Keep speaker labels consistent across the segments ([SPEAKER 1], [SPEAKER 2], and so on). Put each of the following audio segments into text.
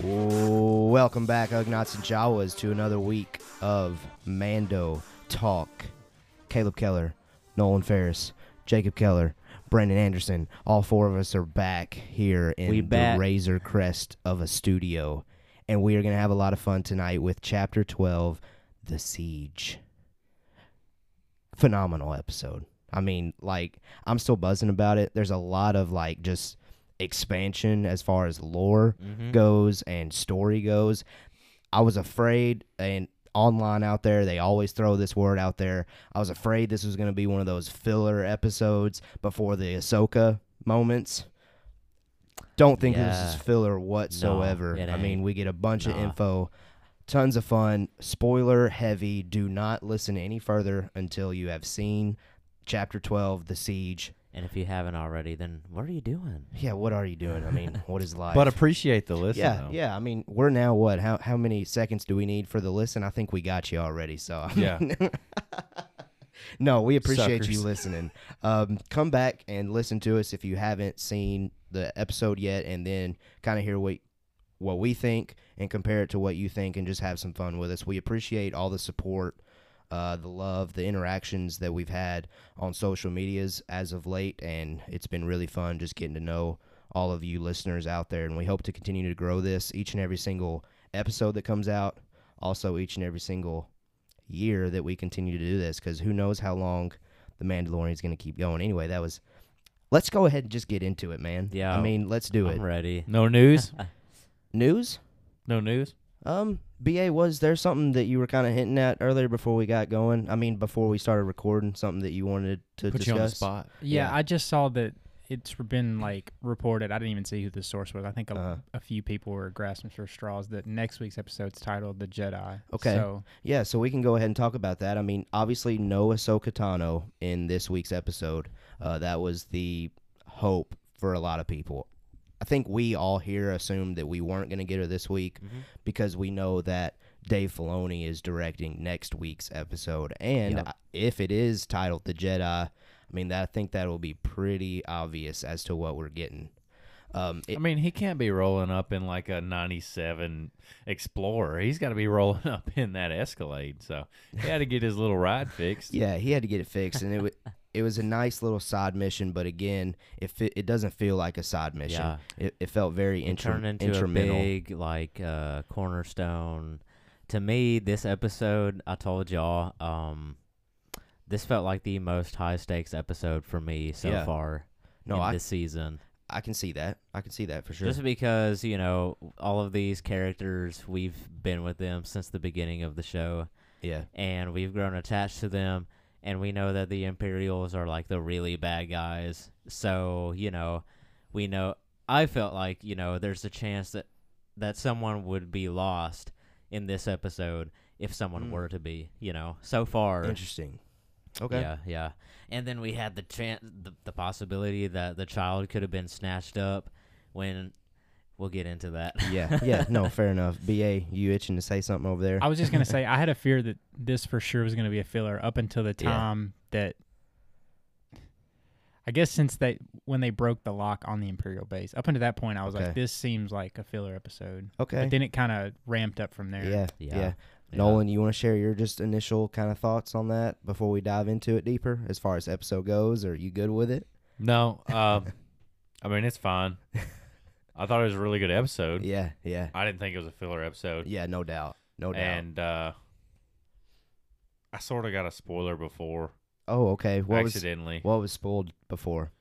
[SPEAKER 1] Welcome back, Ugnats and Jawas, to another week of Mando Talk. Caleb Keller, Nolan Ferris, Jacob Keller, Brandon Anderson. All four of us are back here in
[SPEAKER 2] We
[SPEAKER 1] the
[SPEAKER 2] back.
[SPEAKER 1] razor crest of a studio. And we are going to have a lot of fun tonight with Chapter 12, The Siege. Phenomenal episode. I mean, like, I'm still buzzing about it. There's a lot of, like, just expansion as far as lore goes and story goes. I was afraid, and online out there, they always throw this word out there. I was afraid this was going to be one of those filler episodes before the Ahsoka moments. Don't think this
[SPEAKER 2] Yeah.
[SPEAKER 1] is filler whatsoever.
[SPEAKER 2] it
[SPEAKER 1] I mean,
[SPEAKER 2] ain't.
[SPEAKER 1] we get a bunch of
[SPEAKER 2] Nah.
[SPEAKER 1] info, tons of fun, spoiler heavy. Do not listen any further until you have seen chapter 12, The Siege.
[SPEAKER 2] And if you haven't already, then what are you doing?
[SPEAKER 1] Yeah, what are you doing? I mean, what is life?
[SPEAKER 3] But appreciate the listen.
[SPEAKER 1] yeah,
[SPEAKER 3] though.
[SPEAKER 1] yeah. I mean, we're now what? How how many seconds do we need for the listen? I think we got you already. So I
[SPEAKER 3] Yeah.
[SPEAKER 1] mean- no, we appreciate you
[SPEAKER 3] Suckers.
[SPEAKER 1] listening. Um, come back and listen to us if you haven't seen the episode yet, and then kind of hear what what we think and compare it to what you think, and just have some fun with us. We appreciate all the support. Uh, the love, the interactions that we've had on social medias as of late, and it's been really fun just getting to know all of you listeners out there. And we hope to continue to grow this each and every single episode that comes out, also each and every single year that we continue to do this, because who knows how long The Mandalorian is going to keep going. Anyway, that was. Let's go ahead and just get into it, man.
[SPEAKER 2] Yeah.
[SPEAKER 1] I mean, let's do it.
[SPEAKER 2] I'm ready.
[SPEAKER 3] No news.
[SPEAKER 1] News?
[SPEAKER 3] no news.
[SPEAKER 1] Um, BA, was there something that you were kind of hinting at earlier before we got going? I mean, before we started recording, something that you wanted to
[SPEAKER 3] Put
[SPEAKER 1] discuss?
[SPEAKER 3] you on the spot.
[SPEAKER 4] Yeah,
[SPEAKER 1] Yeah.
[SPEAKER 4] I just saw that it's been like reported. I didn't even see who the source was. I think a,
[SPEAKER 1] Uh-huh.
[SPEAKER 4] a few people were grasping for straws that next week's episode's titled "The Jedi."
[SPEAKER 1] Okay.
[SPEAKER 4] So
[SPEAKER 1] Yeah, so we can go ahead and talk about that. I mean, obviously, no Ahsoka Tano in this week's episode. Uh, that was the hope for a lot of people. I think we all here assumed that we weren't going to get her this week because we know that Dave Filoni is directing next week's episode, and
[SPEAKER 2] Yep.
[SPEAKER 1] I- if it is titled "The Jedi," I mean, that, I think that will be pretty obvious as to what we're getting. Um, it-
[SPEAKER 3] I mean, he can't be rolling up in like a 97 Explorer. He's got to be rolling up in that Escalade. So he had to get his little ride fixed.
[SPEAKER 1] Yeah, he had to get it fixed, and it was it was a nice little side mission. But again, it fit, it doesn't feel like a side mission.
[SPEAKER 2] Yeah.
[SPEAKER 1] It, it felt very
[SPEAKER 2] It
[SPEAKER 1] intra-
[SPEAKER 2] turned into a
[SPEAKER 1] instrumental.
[SPEAKER 2] big like uh, cornerstone. To me, this episode, I told y'all, um, this felt like the most high stakes episode for me so
[SPEAKER 1] Yeah.
[SPEAKER 2] far
[SPEAKER 1] no,
[SPEAKER 2] in
[SPEAKER 1] I
[SPEAKER 2] this season.
[SPEAKER 1] I can see that. I can see that for sure.
[SPEAKER 2] Just because you know all of these characters, we've been with them since the beginning of the show.
[SPEAKER 1] yeah,
[SPEAKER 2] and we've grown attached to them and we know that the imperials are like the really bad guys so you know we know i felt like you know there's a chance that that someone would be lost in this episode if someone
[SPEAKER 1] Mm.
[SPEAKER 2] were to be you know so far
[SPEAKER 1] interesting. Okay.
[SPEAKER 2] yeah yeah and then we had the chance the, the possibility that the child could have been snatched up when we'll get into that
[SPEAKER 1] yeah, yeah, no, fair enough. BA, you itching to say something over there?
[SPEAKER 4] I was just gonna say I had a fear that this for sure was gonna be a filler up until the
[SPEAKER 1] Yeah.
[SPEAKER 4] time that. I guess since they when they broke the lock on the Imperial base, up until that point, I was
[SPEAKER 1] Okay.
[SPEAKER 4] like, "This seems like a filler episode."
[SPEAKER 1] okay.
[SPEAKER 4] But then it kind of ramped up from there.
[SPEAKER 1] yeah, yeah,
[SPEAKER 2] Yeah, yeah.
[SPEAKER 1] Nolan, you want to share your just initial kind of thoughts on that before we dive into it deeper as far as episode goes? Are you good with it?
[SPEAKER 3] No, um, I mean, it's fine. I thought it was a really good episode.
[SPEAKER 1] Yeah, yeah,
[SPEAKER 3] I didn't think it was a filler episode.
[SPEAKER 1] yeah. No doubt, no doubt.
[SPEAKER 3] and uh, I sort of got a spoiler before
[SPEAKER 1] oh, okay. What was
[SPEAKER 3] accidentally.
[SPEAKER 1] What was spoiled before?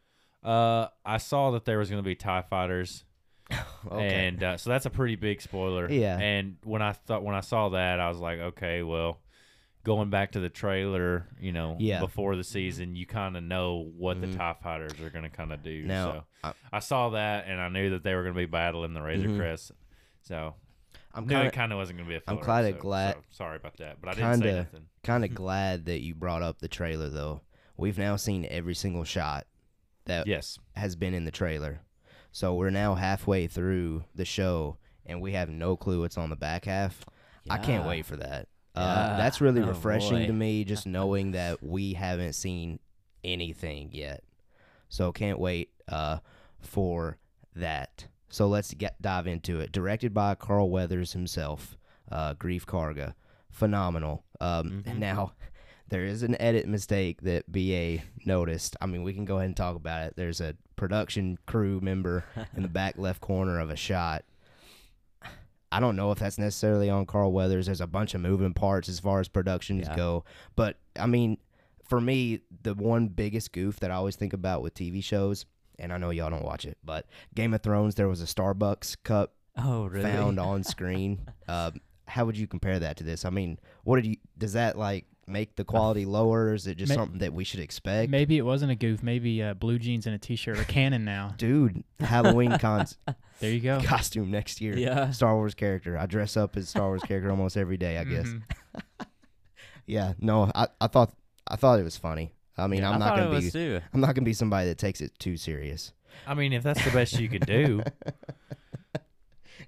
[SPEAKER 3] Uh, I saw that there was going to be Tie Fighters,
[SPEAKER 1] Okay.
[SPEAKER 3] and uh, so that's a pretty big spoiler.
[SPEAKER 1] Yeah.
[SPEAKER 3] And when I thought when I saw that, I was like, okay, well, going back to the trailer, you know,
[SPEAKER 1] Yeah.
[SPEAKER 3] before the season, you kind of know what
[SPEAKER 1] Mhm.
[SPEAKER 3] the Tie Fighters are going to kind of do.
[SPEAKER 1] now,
[SPEAKER 3] so I saw that, and I knew that they were going to be battling the Razor
[SPEAKER 1] Mhm.
[SPEAKER 3] Crest. So
[SPEAKER 1] I, am
[SPEAKER 3] knew
[SPEAKER 1] kind
[SPEAKER 3] it
[SPEAKER 1] of
[SPEAKER 3] kind of wasn't going to be a.
[SPEAKER 1] I'm
[SPEAKER 3] Filler
[SPEAKER 1] kinda
[SPEAKER 3] episode,
[SPEAKER 1] glad-
[SPEAKER 3] so sorry about that, but I didn't say
[SPEAKER 1] kinda-
[SPEAKER 3] nothing.
[SPEAKER 1] kind of glad that you brought up the trailer though. We've now seen every single shot that
[SPEAKER 3] Yes.
[SPEAKER 1] has been in the trailer. So we're now halfway through the show and we have no clue what's on the back half. I can't
[SPEAKER 2] Yeah.
[SPEAKER 1] wait for that.
[SPEAKER 2] Yeah.
[SPEAKER 1] Uh, that's really
[SPEAKER 2] Oh,
[SPEAKER 1] refreshing
[SPEAKER 2] boy.
[SPEAKER 1] to me just knowing that we haven't seen anything yet. So can't wait uh, for that. So let's get, dive into it. Directed by Carl Weathers himself, uh, Grief Karga. Phenomenal. Um,
[SPEAKER 2] Mhm.
[SPEAKER 1] Now, there is an edit mistake that BA noticed. I mean, we can go ahead and talk about it. There's a production crew member in the back left corner of a shot. I don't know if that's necessarily on Carl Weathers. There's a bunch of moving parts as far as productions
[SPEAKER 2] Yeah.
[SPEAKER 1] go. But, I mean, for me, the one biggest goof that I always think about with TV shows, and I know y'all don't watch it, but Game of Thrones, there was a Starbucks cup
[SPEAKER 2] Oh, really?
[SPEAKER 1] found on screen. um, how would you compare that to this? I mean, what did you? Does that like make the quality lower? Or is it just
[SPEAKER 4] May-
[SPEAKER 1] something that we should expect?
[SPEAKER 4] Maybe it wasn't a goof. Maybe uh, blue jeans and a t-shirt are canon now.
[SPEAKER 1] Dude, Halloween cons-
[SPEAKER 4] There you go.
[SPEAKER 1] costume next year.
[SPEAKER 2] Oh. Yeah.
[SPEAKER 1] Star Wars character. I dress up as Star Wars character almost every day.
[SPEAKER 2] Mm-hmm.
[SPEAKER 1] I guess.
[SPEAKER 4] Mhm.
[SPEAKER 1] Yeah. No, I, I thought I thought it was funny. I mean, I'm
[SPEAKER 2] I
[SPEAKER 1] not
[SPEAKER 2] thought
[SPEAKER 1] gonna
[SPEAKER 2] it
[SPEAKER 1] be
[SPEAKER 2] was too.
[SPEAKER 1] I'm not gonna be somebody that takes it too serious.
[SPEAKER 3] I mean, if that's the best you could do,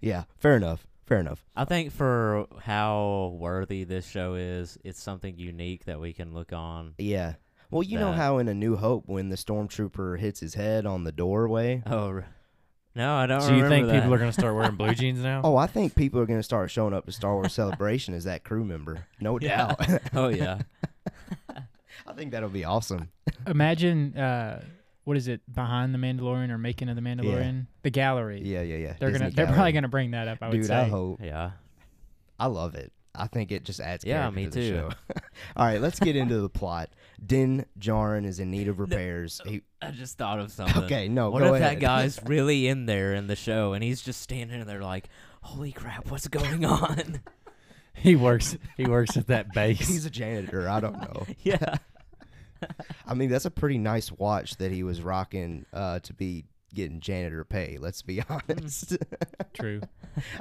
[SPEAKER 1] Yeah. Fair enough. Fair enough.
[SPEAKER 2] I think for how worthy this show is, it's something unique that we can look on.
[SPEAKER 1] Yeah. Well, you know
[SPEAKER 2] That-
[SPEAKER 1] how in A New Hope when the stormtrooper hits his head on the doorway.
[SPEAKER 2] Oh, r- no, I don't.
[SPEAKER 3] do you
[SPEAKER 2] remember
[SPEAKER 3] think
[SPEAKER 2] that.
[SPEAKER 3] people are going to start wearing blue jeans now?
[SPEAKER 1] Oh, I think people are going to start showing up to Star Wars Celebration as that crew member. No
[SPEAKER 2] Yeah.
[SPEAKER 1] doubt.
[SPEAKER 2] oh yeah.
[SPEAKER 1] I think that'll be awesome.
[SPEAKER 4] Imagine uh, what is it behind the Mandalorian or making of the Mandalorian? The gallery.
[SPEAKER 1] Yeah, yeah, yeah.
[SPEAKER 4] They're
[SPEAKER 1] Disney
[SPEAKER 4] gonna. They're probably
[SPEAKER 1] Gallery.
[SPEAKER 4] gonna bring that up. I would
[SPEAKER 1] Dude,
[SPEAKER 4] say.
[SPEAKER 1] I hope.
[SPEAKER 2] Yeah.
[SPEAKER 1] I love it. I think it just adds
[SPEAKER 2] Yeah,
[SPEAKER 1] character
[SPEAKER 2] me
[SPEAKER 1] to the
[SPEAKER 2] too.
[SPEAKER 1] show. All right, let's get into the plot. Din Djarin is in need of repairs. He,
[SPEAKER 2] I just thought of something.
[SPEAKER 1] okay, no,
[SPEAKER 2] What
[SPEAKER 1] go
[SPEAKER 2] if
[SPEAKER 1] ahead.
[SPEAKER 2] that guy's really in there in the show and he's just standing there like, "Holy crap, what's going on?"
[SPEAKER 3] He works. He works at that base.
[SPEAKER 1] He's a janitor. I don't know.
[SPEAKER 2] yeah.
[SPEAKER 1] I mean, that's a pretty nice watch that he was rocking uh, to be getting janitor pay. Let's be honest.
[SPEAKER 4] True.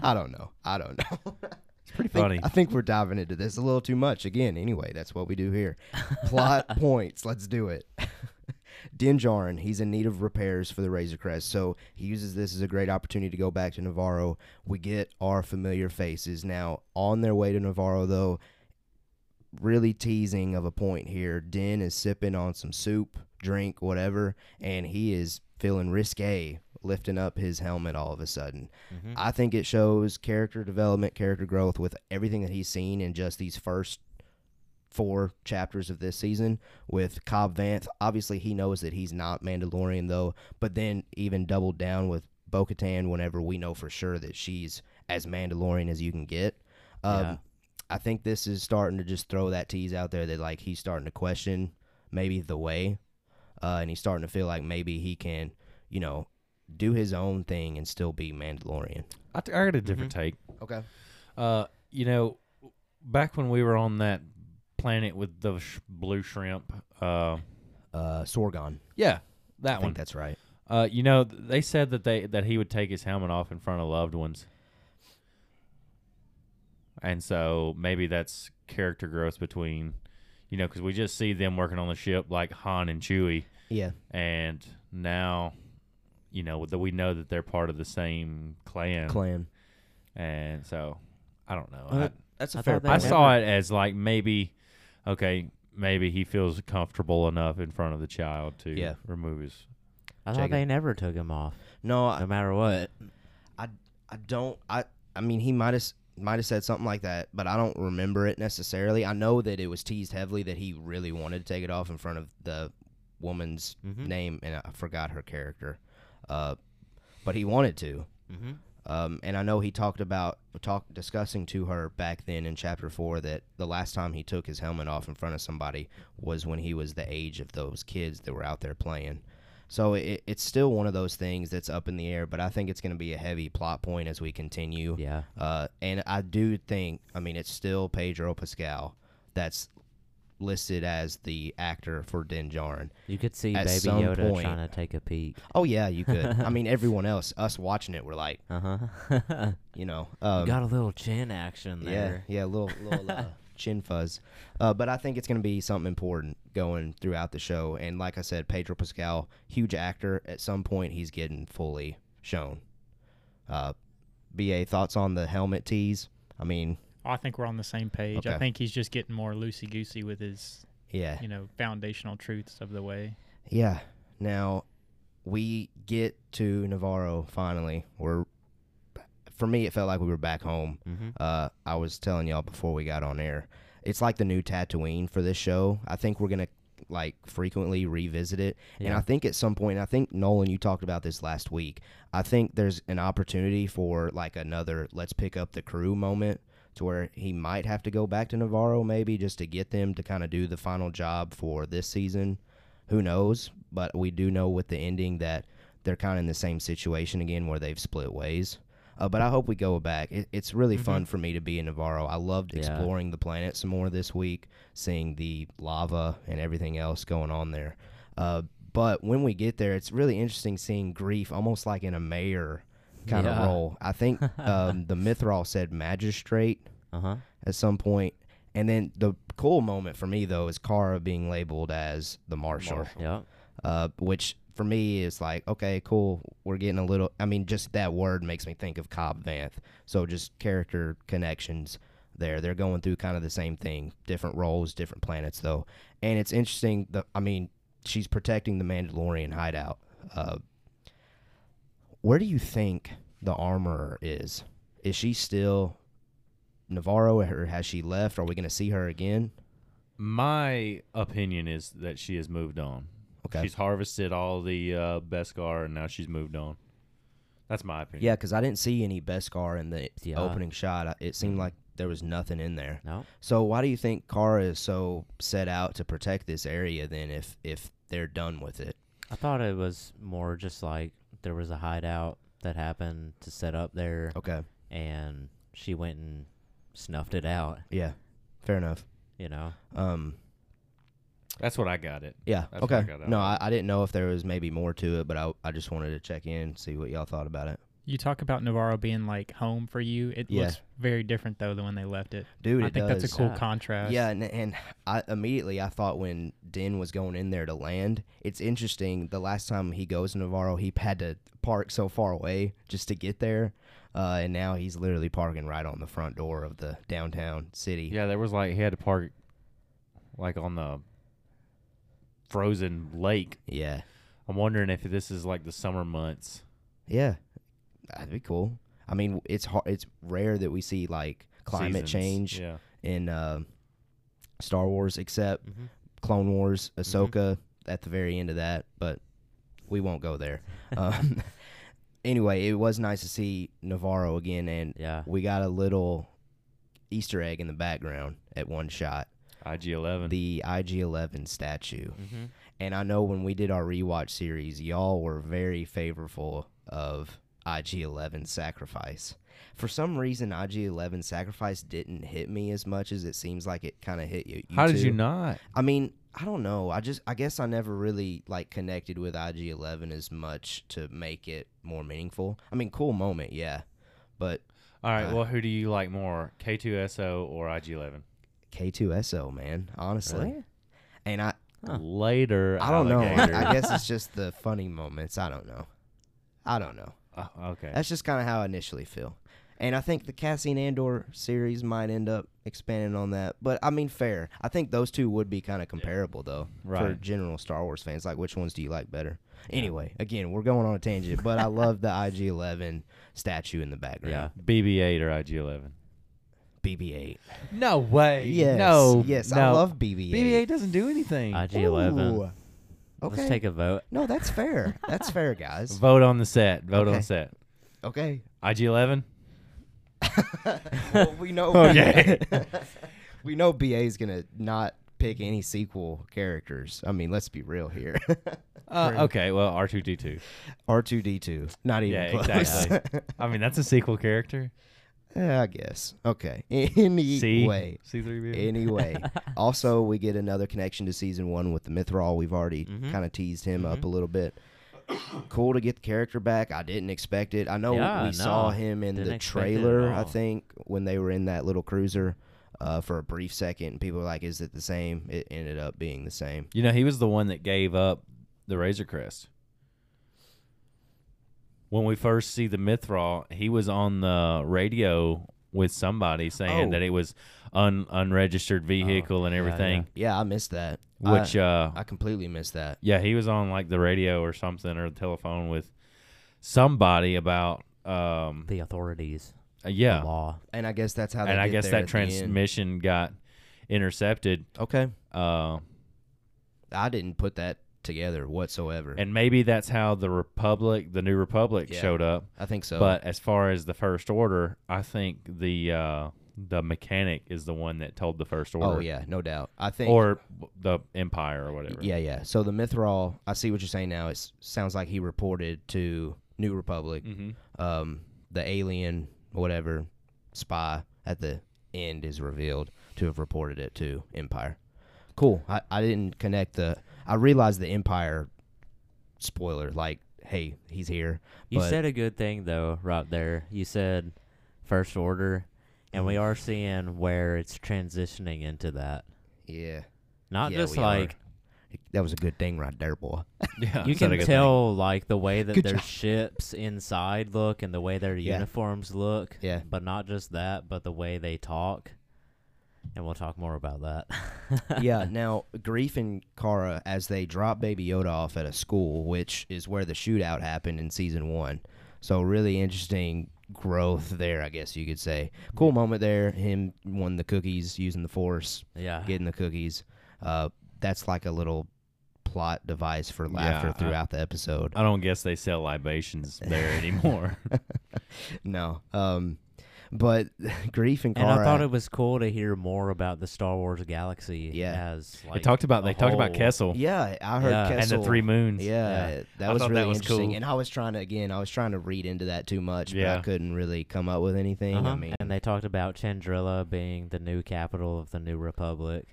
[SPEAKER 1] I don't know. I don't know.
[SPEAKER 3] It's pretty
[SPEAKER 1] think-
[SPEAKER 3] funny.
[SPEAKER 1] I think we're diving into this a little too much. Again, anyway, that's what we do here. Plot points. Let's do it. Din Djarin, he's in need of repairs for the Razor Crest, so he uses this as a great opportunity to go back to Navarro. We get our familiar faces now on their way to Navarro, though. Really teasing of a point here. Din is sipping on some soup, drink, whatever, and he is feeling risque, lifting up his helmet all of a sudden.
[SPEAKER 2] Mhm.
[SPEAKER 1] I think it shows character development, character growth with everything that he's seen in just these first four chapters of this season with Cobb Vanth. Obviously, he knows that he's not Mandalorian, though, but then even doubled down with Bo Katan whenever we know for sure that she's as Mandalorian as you can get. Um,
[SPEAKER 2] Yeah.
[SPEAKER 1] I think this is starting to just throw that tease out there that, like, he's starting to question maybe the way, uh, and he's starting to feel like maybe he can, you know, do his own thing and still be Mandalorian.
[SPEAKER 3] I, t- I got a different take.
[SPEAKER 1] Okay.
[SPEAKER 3] Uh, you know, back when we were on that planet with the sh- blue shrimp. Uh,
[SPEAKER 1] Uh, Sorgon.
[SPEAKER 3] yeah,
[SPEAKER 1] I
[SPEAKER 3] that
[SPEAKER 1] think
[SPEAKER 3] one.
[SPEAKER 1] that's right.
[SPEAKER 3] Uh, you know, th- they said that they that he would take his helmet off in front of loved ones, and so maybe that's character growth between, you know, because we just see them working on the ship like Han and Chewie,
[SPEAKER 1] Yeah.
[SPEAKER 3] and now, you know, that we know that they're part of the same clan,
[SPEAKER 1] Clan.
[SPEAKER 3] and so I don't know.
[SPEAKER 2] Uh,
[SPEAKER 3] I-
[SPEAKER 1] That's
[SPEAKER 2] a I fair thought they
[SPEAKER 3] I
[SPEAKER 2] Whatever.
[SPEAKER 3] saw it as like maybe, okay, maybe he feels comfortable enough in front of the child to
[SPEAKER 1] Yeah.
[SPEAKER 3] remove his.
[SPEAKER 2] I thought
[SPEAKER 1] Jacob.
[SPEAKER 2] they never took him off,
[SPEAKER 1] No, I,
[SPEAKER 2] no matter what.
[SPEAKER 1] I don't. I I mean, he might have might have said something like that, but I don't remember it necessarily. I know that it was teased heavily that he really wanted to take it off in front of the woman's
[SPEAKER 2] Mhm.
[SPEAKER 1] name, and I forgot her character. Uh, but he wanted to.
[SPEAKER 2] Mm-hmm.
[SPEAKER 1] Um, and I know he talked about talk discussing to her back then in chapter four that the last time he took his helmet off in front of somebody was when he was the age of those kids that were out there playing. So it, it's still one of those things that's up in the air, but I think it's going to be a heavy plot point as we continue.
[SPEAKER 2] Yeah.
[SPEAKER 1] Uh, and I do think, I mean, it's still Pedro Pascal that's listed as the actor for Din Djarin.
[SPEAKER 2] You could see
[SPEAKER 1] At
[SPEAKER 2] Baby
[SPEAKER 1] some
[SPEAKER 2] Yoda
[SPEAKER 1] point-
[SPEAKER 2] trying to take a peek.
[SPEAKER 1] Oh yeah, you could. I mean, everyone else, us watching it, we're like,
[SPEAKER 2] Uh huh.
[SPEAKER 1] you know, um,
[SPEAKER 2] Got a little chin action there.
[SPEAKER 1] Yeah, yeah, little little uh, chin fuzz. Uh, but I think it's going to be something important going throughout the show. And like I said, Pedro Pascal, huge actor. At some point, he's getting fully shown. Uh, Ba thoughts on the helmet tease? I mean,
[SPEAKER 4] I think we're on the same page.
[SPEAKER 1] Okay.
[SPEAKER 4] I think he's just getting more loosey goosey with his,
[SPEAKER 1] yeah,
[SPEAKER 4] you know, foundational truths of the way.
[SPEAKER 1] yeah. Now, we get to Navarro finally. We're for me, it felt like we were back home.
[SPEAKER 2] Mm-hmm.
[SPEAKER 1] Uh, I was telling y'all before we got on air. It's like the new Tatooine for this show. I think we're gonna like frequently revisit it, and
[SPEAKER 2] Yeah.
[SPEAKER 1] I think at some point, I think Nolan, you talked about this last week. I think there's an opportunity for like another "let's pick up the crew" moment to where he might have to go back to Navarro, maybe just to get them to kind of do the final job for this season. Who knows? But we do know with the ending that they're kind of in the same situation again, where they've split ways. Uh, but I hope we go back. It, it's really fun for me to be in Navarro. I loved
[SPEAKER 2] Mm-hmm. Yeah.
[SPEAKER 1] exploring the planet some more this week, seeing the lava and everything else going on there. Uh, but when we get there, it's really interesting seeing grief almost like in a mayor kind of
[SPEAKER 2] Yeah.
[SPEAKER 1] role. I think um, the Mithril said magistrate
[SPEAKER 2] Uh huh.
[SPEAKER 1] at some point. And then the cool moment for me, though, is Kara being labeled as the marshal
[SPEAKER 2] Yep.
[SPEAKER 1] uh, which for me is like, okay, cool. We're getting a little. I mean, just that word makes me think of Cobb Vanth. So just character connections there. They're going through kind of the same thing, different roles, different planets though. And it's interesting. The I mean, she's protecting the Mandalorian hideout. Uh, where do you think the armorer is? Is she still Navarro, or has she left? Are we going to see her again?
[SPEAKER 3] My opinion is that she has moved on.
[SPEAKER 1] Okay.
[SPEAKER 3] She's harvested all the uh, Beskar and now she's moved on. That's my opinion.
[SPEAKER 1] Yeah, because I didn't see any Beskar in the
[SPEAKER 2] Yeah.
[SPEAKER 1] opening shot. I- It
[SPEAKER 3] Mm.
[SPEAKER 1] seemed like there was nothing in there.
[SPEAKER 2] No.
[SPEAKER 1] So why do you think Kara is so set out to protect this area then if if they're done with it?
[SPEAKER 2] I thought it was more just like there was a hideout that happened to set up there,
[SPEAKER 1] Okay.
[SPEAKER 2] and she went and snuffed it out.
[SPEAKER 1] Yeah. Fair enough.
[SPEAKER 2] You know.
[SPEAKER 1] Um
[SPEAKER 3] That's what I got it.
[SPEAKER 1] yeah.
[SPEAKER 3] That's what I
[SPEAKER 1] okay.
[SPEAKER 3] got out
[SPEAKER 1] no,
[SPEAKER 3] of
[SPEAKER 1] I,
[SPEAKER 3] it.
[SPEAKER 1] I didn't know if there was maybe more to it, but I I just wanted to check in, see what y'all thought about it.
[SPEAKER 4] You talk about Navarro being like home for you. It
[SPEAKER 1] Yeah.
[SPEAKER 4] looks very different though than when they left it.
[SPEAKER 1] Dude,
[SPEAKER 4] I
[SPEAKER 1] it
[SPEAKER 4] think
[SPEAKER 1] does.
[SPEAKER 4] that's a cool
[SPEAKER 2] Yeah.
[SPEAKER 4] contrast.
[SPEAKER 1] Yeah, and, and I immediately I thought when Din was going in there to land, it's interesting. The last time he goes to Navarro, he had to park so far away just to get there, uh, and now he's literally parking right on the front door of the downtown city.
[SPEAKER 3] Yeah, there was like he had to park like on the frozen lake.
[SPEAKER 1] yeah,
[SPEAKER 3] I'm wondering if this is like the summer months.
[SPEAKER 1] yeah. that'd be cool. I mean, it's hard. It's rare that we see like climate
[SPEAKER 3] seasons.
[SPEAKER 1] change
[SPEAKER 3] Yeah.
[SPEAKER 1] in uh, Star Wars, except
[SPEAKER 2] Mhm.
[SPEAKER 1] Clone Wars,
[SPEAKER 3] Mm-hmm.
[SPEAKER 1] Ahsoka at the very end of that, but we won't go there. Um, anyway, it was nice to see Navarro again, and
[SPEAKER 2] Yeah.
[SPEAKER 1] we got a little Easter egg in the background at one shot
[SPEAKER 3] IG 11.
[SPEAKER 1] the IG 11 statue.
[SPEAKER 2] Mm-hmm.
[SPEAKER 1] And I know when we did our rewatch series, y'all were very favorable of IG 11 Sacrifice. For some reason, IG 11 Sacrifice didn't hit me as much as it seems like it kind of hit you.
[SPEAKER 3] How did
[SPEAKER 1] two.
[SPEAKER 3] you not?
[SPEAKER 1] I mean, I don't know. I just, I guess I never really like connected with IG Eleven as much to make it more meaningful. I mean, cool moment, yeah, but
[SPEAKER 3] All right,
[SPEAKER 1] Uh,
[SPEAKER 3] well, who do you like more, K2SO or IG 11?
[SPEAKER 1] K two S O man, honestly. And I,
[SPEAKER 2] Huh.
[SPEAKER 3] Later.
[SPEAKER 1] I don't know.
[SPEAKER 3] alligator.
[SPEAKER 1] I, I guess it's just the funny moments. I don't know. I don't know.
[SPEAKER 3] Oh, okay.
[SPEAKER 1] That's just kind of how I initially feel. And I think the Cassian Andor series might end up expanding on that. But I mean, fair. I think those two would be kind of comparable, though, for
[SPEAKER 3] Right.
[SPEAKER 1] general Star Wars fans. Like, which ones do you like better? Anyway, again, we're going on a tangent, but I love the IG 11 statue in the background.
[SPEAKER 3] BB 8 or IG 11?
[SPEAKER 1] BB 8.
[SPEAKER 3] No way.
[SPEAKER 1] Yes. Yes, I love BB 8.
[SPEAKER 3] BB 8 doesn't do anything.
[SPEAKER 2] IG eleven.
[SPEAKER 1] Ooh. Okay.
[SPEAKER 2] Let's take a vote.
[SPEAKER 1] no, that's fair. That's fair, guys.
[SPEAKER 3] Vote on the set. Vote on
[SPEAKER 1] Okay.
[SPEAKER 3] the set.
[SPEAKER 1] Okay.
[SPEAKER 3] IG 11?
[SPEAKER 1] well, we know.
[SPEAKER 3] Okay.
[SPEAKER 1] we know BA's gonna not pick any sequel characters. I mean, let's be real here.
[SPEAKER 3] Uh, okay, well, R2D2.
[SPEAKER 1] R two D two, not even
[SPEAKER 3] Yeah,
[SPEAKER 1] close.
[SPEAKER 3] exactly. I mean, that's a sequel character.
[SPEAKER 1] Yeah, I guess. Okay. Anyway.
[SPEAKER 3] C three B.
[SPEAKER 1] Anyway, also we get another connection to season one with the Mithril. We've already
[SPEAKER 3] Mm-hmm.
[SPEAKER 1] kind of teased him up a little bit. cool to get the character back. I didn't expect it. I know
[SPEAKER 2] Yeah,
[SPEAKER 1] we
[SPEAKER 2] no,
[SPEAKER 1] saw him in
[SPEAKER 2] didn't
[SPEAKER 1] the
[SPEAKER 2] expect it at
[SPEAKER 1] trailer. I
[SPEAKER 2] all.
[SPEAKER 1] think when they were in that little cruiser uh, for a brief second, and people were like, "Is it the same?" It ended up being the same.
[SPEAKER 3] You know, he was the one that gave up the Razor Crest. When we first see the Mithril, he was on the radio with somebody saying
[SPEAKER 1] Oh.
[SPEAKER 3] that it was un unregistered vehicle and
[SPEAKER 2] yeah, yeah.
[SPEAKER 3] everything,
[SPEAKER 1] Yeah, I missed that.
[SPEAKER 3] which
[SPEAKER 1] I,
[SPEAKER 3] uh,
[SPEAKER 1] I completely missed that.
[SPEAKER 3] yeah, he was on like the radio or something or the telephone with somebody about um
[SPEAKER 2] the authorities,
[SPEAKER 3] uh,
[SPEAKER 2] the
[SPEAKER 3] yeah,
[SPEAKER 2] law.
[SPEAKER 1] And I guess that's how. They
[SPEAKER 3] and I
[SPEAKER 1] get
[SPEAKER 3] guess
[SPEAKER 1] there
[SPEAKER 3] that
[SPEAKER 1] at the end.
[SPEAKER 3] transmission got intercepted.
[SPEAKER 1] Okay,
[SPEAKER 3] Uh,
[SPEAKER 1] I didn't put that together whatsoever.
[SPEAKER 3] and maybe that's how the Republic, the new Republic,
[SPEAKER 1] Yeah.
[SPEAKER 3] showed up.
[SPEAKER 1] I think so.
[SPEAKER 3] But as far as the first order, I think the uh, the mechanic is the one that told the first order.
[SPEAKER 1] oh yeah, no doubt. I think
[SPEAKER 3] or the Empire or whatever.
[SPEAKER 1] Yeah, yeah. So the Mithril, I see what you're saying now. It sounds like he reported to New Republic,
[SPEAKER 3] hmm
[SPEAKER 1] um, the alien, whatever, spy at the end is revealed to have reported it to Empire. Cool. I, I didn't connect the. I realized the Empire spoiler, like, hey, he's here.
[SPEAKER 2] You
[SPEAKER 1] But-
[SPEAKER 2] said a good thing though, right there. You said first order, and
[SPEAKER 1] Mm.
[SPEAKER 2] we are seeing where it's transitioning into that.
[SPEAKER 1] Yeah.
[SPEAKER 2] Not
[SPEAKER 1] Yeah,
[SPEAKER 2] just
[SPEAKER 1] we are. Uh,
[SPEAKER 2] like
[SPEAKER 1] That was a good thing right there, boy.
[SPEAKER 3] Yeah,
[SPEAKER 2] you
[SPEAKER 3] is that a
[SPEAKER 2] can
[SPEAKER 3] good
[SPEAKER 2] tell, like the way that
[SPEAKER 1] Good
[SPEAKER 2] their
[SPEAKER 1] job.
[SPEAKER 2] ships inside look and the way their
[SPEAKER 1] Yeah.
[SPEAKER 2] uniforms look.
[SPEAKER 1] Yeah.
[SPEAKER 2] But not just that, but the way they talk. And we'll talk more about that.
[SPEAKER 1] yeah. Now, Grief and Kara, as they drop Baby Yoda off at a school, which is where the shootout happened in season one. So, really interesting growth there, I guess you could say. Cool moment there. Him won the cookies, using the Force,
[SPEAKER 2] yeah.
[SPEAKER 1] getting the cookies. Uh, that's like a little plot device for
[SPEAKER 3] Yeah,
[SPEAKER 1] laughter
[SPEAKER 2] uh,
[SPEAKER 3] I-
[SPEAKER 1] throughout the episode.
[SPEAKER 3] thing. I don't guess they sell libations there anymore.
[SPEAKER 1] no. Um, but Grief and
[SPEAKER 2] and
[SPEAKER 1] Kara.
[SPEAKER 2] I thought it was cool to hear more about the Star Wars galaxy.
[SPEAKER 1] Yeah.
[SPEAKER 2] As
[SPEAKER 3] they
[SPEAKER 2] like,
[SPEAKER 3] talked about they
[SPEAKER 2] a
[SPEAKER 3] talked about
[SPEAKER 2] whole-
[SPEAKER 3] Kessel
[SPEAKER 1] Oh, yeah, I heard
[SPEAKER 2] Yeah. And
[SPEAKER 3] and
[SPEAKER 1] Kessel.
[SPEAKER 3] the three moons.
[SPEAKER 1] Yeah,
[SPEAKER 2] Yeah.
[SPEAKER 1] that
[SPEAKER 3] I
[SPEAKER 1] was
[SPEAKER 3] thought
[SPEAKER 1] really
[SPEAKER 3] that was
[SPEAKER 1] interesting.
[SPEAKER 3] cool.
[SPEAKER 1] And I was trying to again, I was trying to read into that too much, but I
[SPEAKER 3] Yeah.
[SPEAKER 1] couldn't really come up with anything. I
[SPEAKER 2] Uh-huh.
[SPEAKER 1] mean,
[SPEAKER 2] and they talked about Chandrilla being the new capital of the new republic.